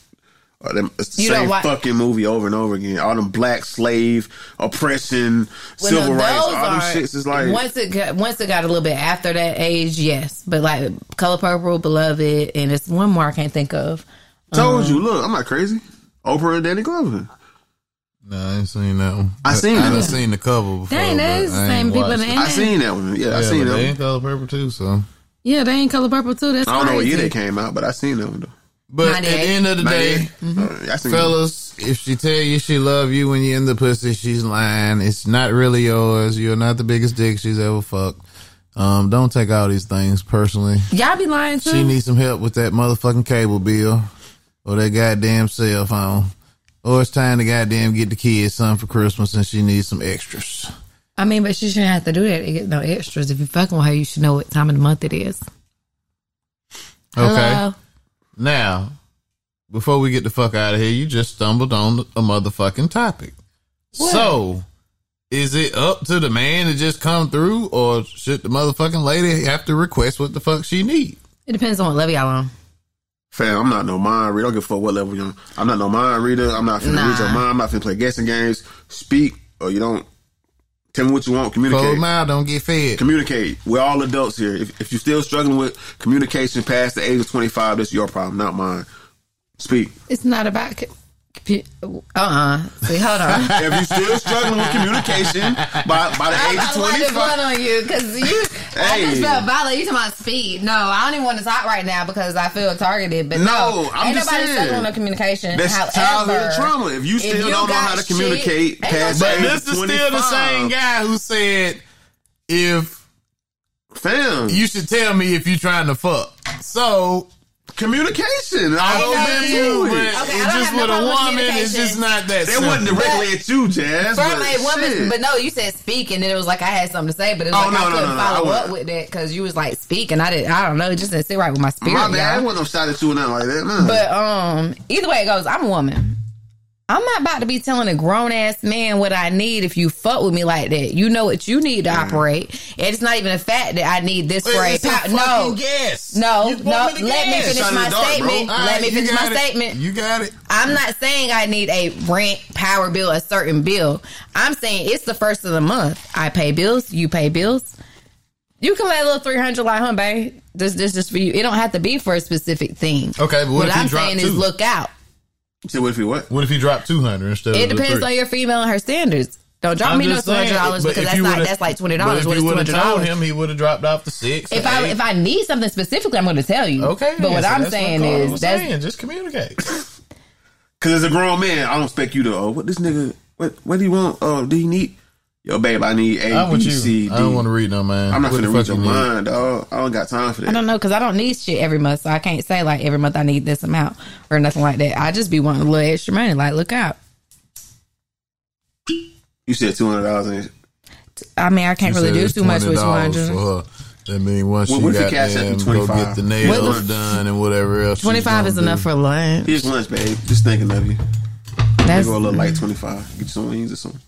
C: Are them, it's the
B: You don't
C: same
B: watch-
C: fucking movie over and over again. All them black slave oppression,
B: Well,
C: civil
B: no,
C: rights,
B: those
C: all them
B: are-
C: shits is like
B: once it got, once it got a little bit after that age, yes. But like Color Purple, Beloved, and it's one more I can't think of.
C: told you. Look, I'm not crazy. Oprah and Danny Glover.
A: No, I ain't seen that one.
C: I seen
A: I,
C: it.
A: done seen the cover before.
B: Dang, that
A: but
B: is
A: I
B: the
A: ain't
B: same people
A: watched
B: in
A: it.
B: the
C: I seen that one. Yeah, I
A: Yeah,
C: seen
A: but
C: that
A: they
C: one.
A: ain't color purple too. So,
B: Yeah, they ain't Color Purple too. That's
C: I don't know what
B: crazy.
C: year they came out, but I seen that one though.
A: but at the
B: 98.
A: end of the day,
C: 98? Uh, I seen
A: fellas, if she tell you she love you when you're in the pussy, she's lying. It's not really yours. You're not the biggest dick she's ever fucked. Um, don't take all these things personally.
B: Y'all be lying too.
A: She needs some help with that motherfucking cable bill or that goddamn cell phone. Or it's time to goddamn get the kids something for Christmas and she needs some extras.
B: I mean, but she shouldn't have to do that to get no extras. If you fucking with her, you should know what time of the month it is.
A: Okay.
B: Hello?
A: Now, before we get the fuck out of here, you just stumbled on a motherfucking topic. So, is it up to the man to just come through, or should the motherfucking lady have to request what the fuck she need?
B: It depends on what level y'all on.
C: Fam, I'm not no mind reader. I don't give a fuck what level you're on. I'm not no mind reader. I'm not finna
B: Nah.
C: read your mind. I'm not finna play guessing games. Speak or you don't. Tell me what you want.
A: Cold
C: Communicate.
A: mouth don't get fed.
C: Communicate. We're all adults here. If, if you're still struggling with communication past the age of 25, that's your problem, not mine. Speak.
B: It's not about. Uh uh See, hold on.
C: If you're still struggling with communication by, by the
B: I'm
C: age of
B: about to light the
C: 25,
B: blood on you because you. I just
C: Hey.
B: felt violated. You talking about speed? No, I don't even want to talk right now because I feel targeted. But no,
C: No, I'm
B: ain't
C: just
B: nobody
C: saying.
B: struggling on communication.
C: That's
B: However,
C: childhood trauma. If you still don't know
B: got
C: how to communicate
B: ain't no shit.
C: past that-
A: But this is still the
C: 25.
A: same guy who said, if
C: fam,
A: you should tell me if you trying to fuck. So,
C: communication.
A: I
C: I
A: don't
B: know
A: been
B: you,
A: you, but
B: Okay, I
A: it's
B: don't
A: just
B: have no
A: with a
B: problem with
A: woman, it's
B: communication.
A: just not that
C: They wasn't
A: simple.
C: directly at you, Jazz.
B: From
C: but
B: a woman,
C: shit.
B: but no, you said speak, and then it was like I had something to say, but it was
C: Oh,
B: like
C: no,
B: I
C: no,
B: couldn't
C: no, no,
B: follow
C: I
B: up
C: wouldn't.
B: with that because you was like speak, and I didn't. I don't know, it just didn't sit right with my spirit.
C: My bad. I
B: y'all.
C: wasn't upside at you or nothing like that. Nah.
B: But um, either way it goes, I'm a woman. I'm not about to be telling a grown ass man what I need if you fuck with me like that. You know what you need to operate. And It's not even a fact that I need this for a
A: It's a
B: pop. No,
A: fucking guess.
B: no,
A: You want
B: no.
A: to
B: let me
A: guess?
B: finish
C: Shot in
B: my
C: the dark, bro.
B: statement.
A: All
B: Let
A: right,
B: me
A: you
B: finish my
A: got it.
B: statement.
A: You got it.
B: I'm not saying I need a rent, power bill, a certain bill. I'm saying it's the first of the month. I pay bills, you pay bills. You can let a little 300 like, huh, babe? This, this is for you. It don't have to be for a specific thing.
A: Okay, but what if he
B: I'm
A: dropped
B: saying
A: two?
B: is look out.
C: So what if he what?
A: What if he dropped two hundred instead
B: It
A: of the
B: depends
A: three?
B: on your female and her standards. Don't drop
A: I'm
B: me no
A: just
B: two hundred
A: saying,
B: dollars
A: but
B: because
A: if
B: that's
A: you
B: like
A: would've-
B: that's like twenty
A: but
B: dollars.
A: If
B: What
A: you
B: is two
A: would
B: hundred
A: have told
B: dollars?
A: him, he would have dropped off the six.
B: If
A: the
B: I
A: eight.
B: if I need something specifically, I'm going to tell you.
A: okay,
B: but what
A: so
B: I'm
A: that's
B: saying
A: Carla
B: is
A: was
B: that's
A: saying. just communicate.
C: Because as a grown man, I don't expect you to. Oh, what this nigga? What what do you want? Oh, do you need? Yo, babe, I need A
A: I'm
C: B
A: with
C: C
A: you.
C: D.
A: I don't want to read no man.
C: I'm not
A: What the
C: gonna
A: fuck
C: read your
A: you need?
C: mind, dog. I don't got time for
B: I
C: that.
B: don't know because I don't need shit every month, so I can't say like every month I need this amount or nothing like that. I just be wanting a little extra money. Like, look out.
C: You said two hundred dollars.
B: I mean, I can't
A: You
B: really
A: said
B: do
A: it's
B: too much with two
A: $20
B: hundred.
A: for her. That means once
C: Well,
A: you
C: what if you
A: got
C: cash out
A: them,
C: the
A: go
C: 25?
A: get the
B: What
A: nails
B: if-
A: done and whatever else. she's
B: 25 is
A: gonna
B: enough
A: do.
B: for lunch.
C: Here's lunch, babe. Just thinking of you. They
B: That's,
C: go a little like twenty five. Get you some wings or something.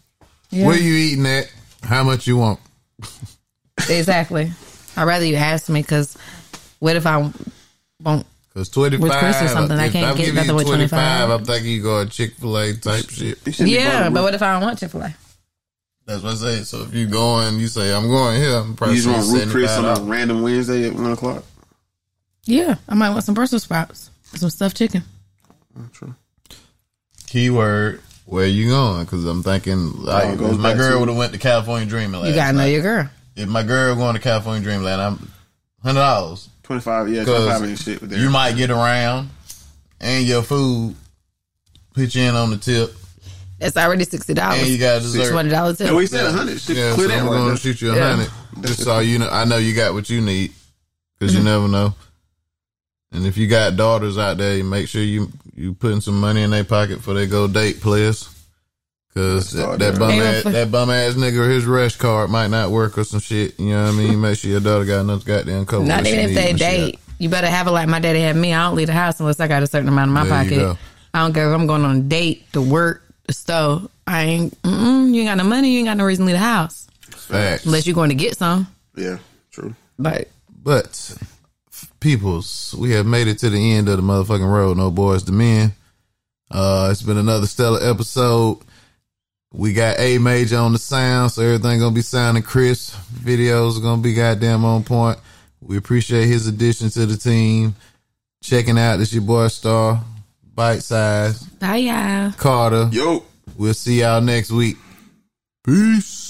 B: yeah,
A: Where you eating at? How much you want?
B: exactly. I'd rather you ask me because what if I won't?
A: Because twenty five.
B: With Chris or something, I can't get nothing with 25.
A: I'm thinking you go Chick Fil A type shit.
C: You shouldn't be
B: Yeah,
C: bothered
B: but
C: with-
B: what if I don't want Chick Fil A?
A: That's what I say. So if you going, you say I'm going here. I'm
C: you
A: probably
C: just want root Chris on a
A: $75.
C: random Wednesday at one o'clock.
B: Yeah, I might want some Brussels sprouts, some stuffed chicken.
C: True.
A: Keyword. Where you going? Because I'm thinking, like,
C: goes
A: if my
C: back
A: girl
C: to-
A: would have went to California Dreamland.
B: You gotta know
A: night,
B: your girl.
A: If my girl going to California Dreamland, I'm hundred dollars.
C: Twenty five. Yeah, twenty five ain't
A: Because
C: shit with that.
A: you might get around and your food put you in on the tip
B: That's already sixty
A: and you
B: dollars.
A: got dessert.
B: Twenty dollars
C: And we
B: too.
C: said a hundred. Shit,
A: yeah,
C: clear
A: so
C: that
A: I'm
C: one.
A: gonna
C: That's-
A: shoot you a
B: Yeah.
A: hundred. Just so you know, I know you got what you need because
B: Mm-hmm.
A: you never know. And if you got daughters out there, you make sure you you putting some money in their pocket for they go date, please. Cause
C: That's all
A: that, that
C: there.
A: bum
B: Ain't no
A: ass,
B: fu-
A: that bum ass nigga, his rush card might not work or some shit. You know what I mean? Make sure your daughter got enough goddamn cover.
B: Not
A: what she
B: even if
A: need
B: they
A: when she out.
B: date. You better have it like my daddy had me. I don't leave the house unless I got a certain amount in my
A: There you
B: pocket.
A: go.
B: I don't care if I'm going on a date, to work, the stove. I ain't. Mm-mm, you ain't got no money. You ain't got no reason to leave the house
A: Facts.
B: unless you're going to get some.
C: Yeah, true.
B: But
A: But peoples, we have made it to the end of the motherfucking road. No boys to men. Uh, it's been another stellar episode. We got A Major on the sound, so everything gonna be sounding crisp. Videos gonna be goddamn on point. We appreciate his addition to the team. Checking out this your boy Star, Bite Size,
B: bye, y'all.
A: Carter.
C: Yo.
A: We'll see y'all next week. Peace.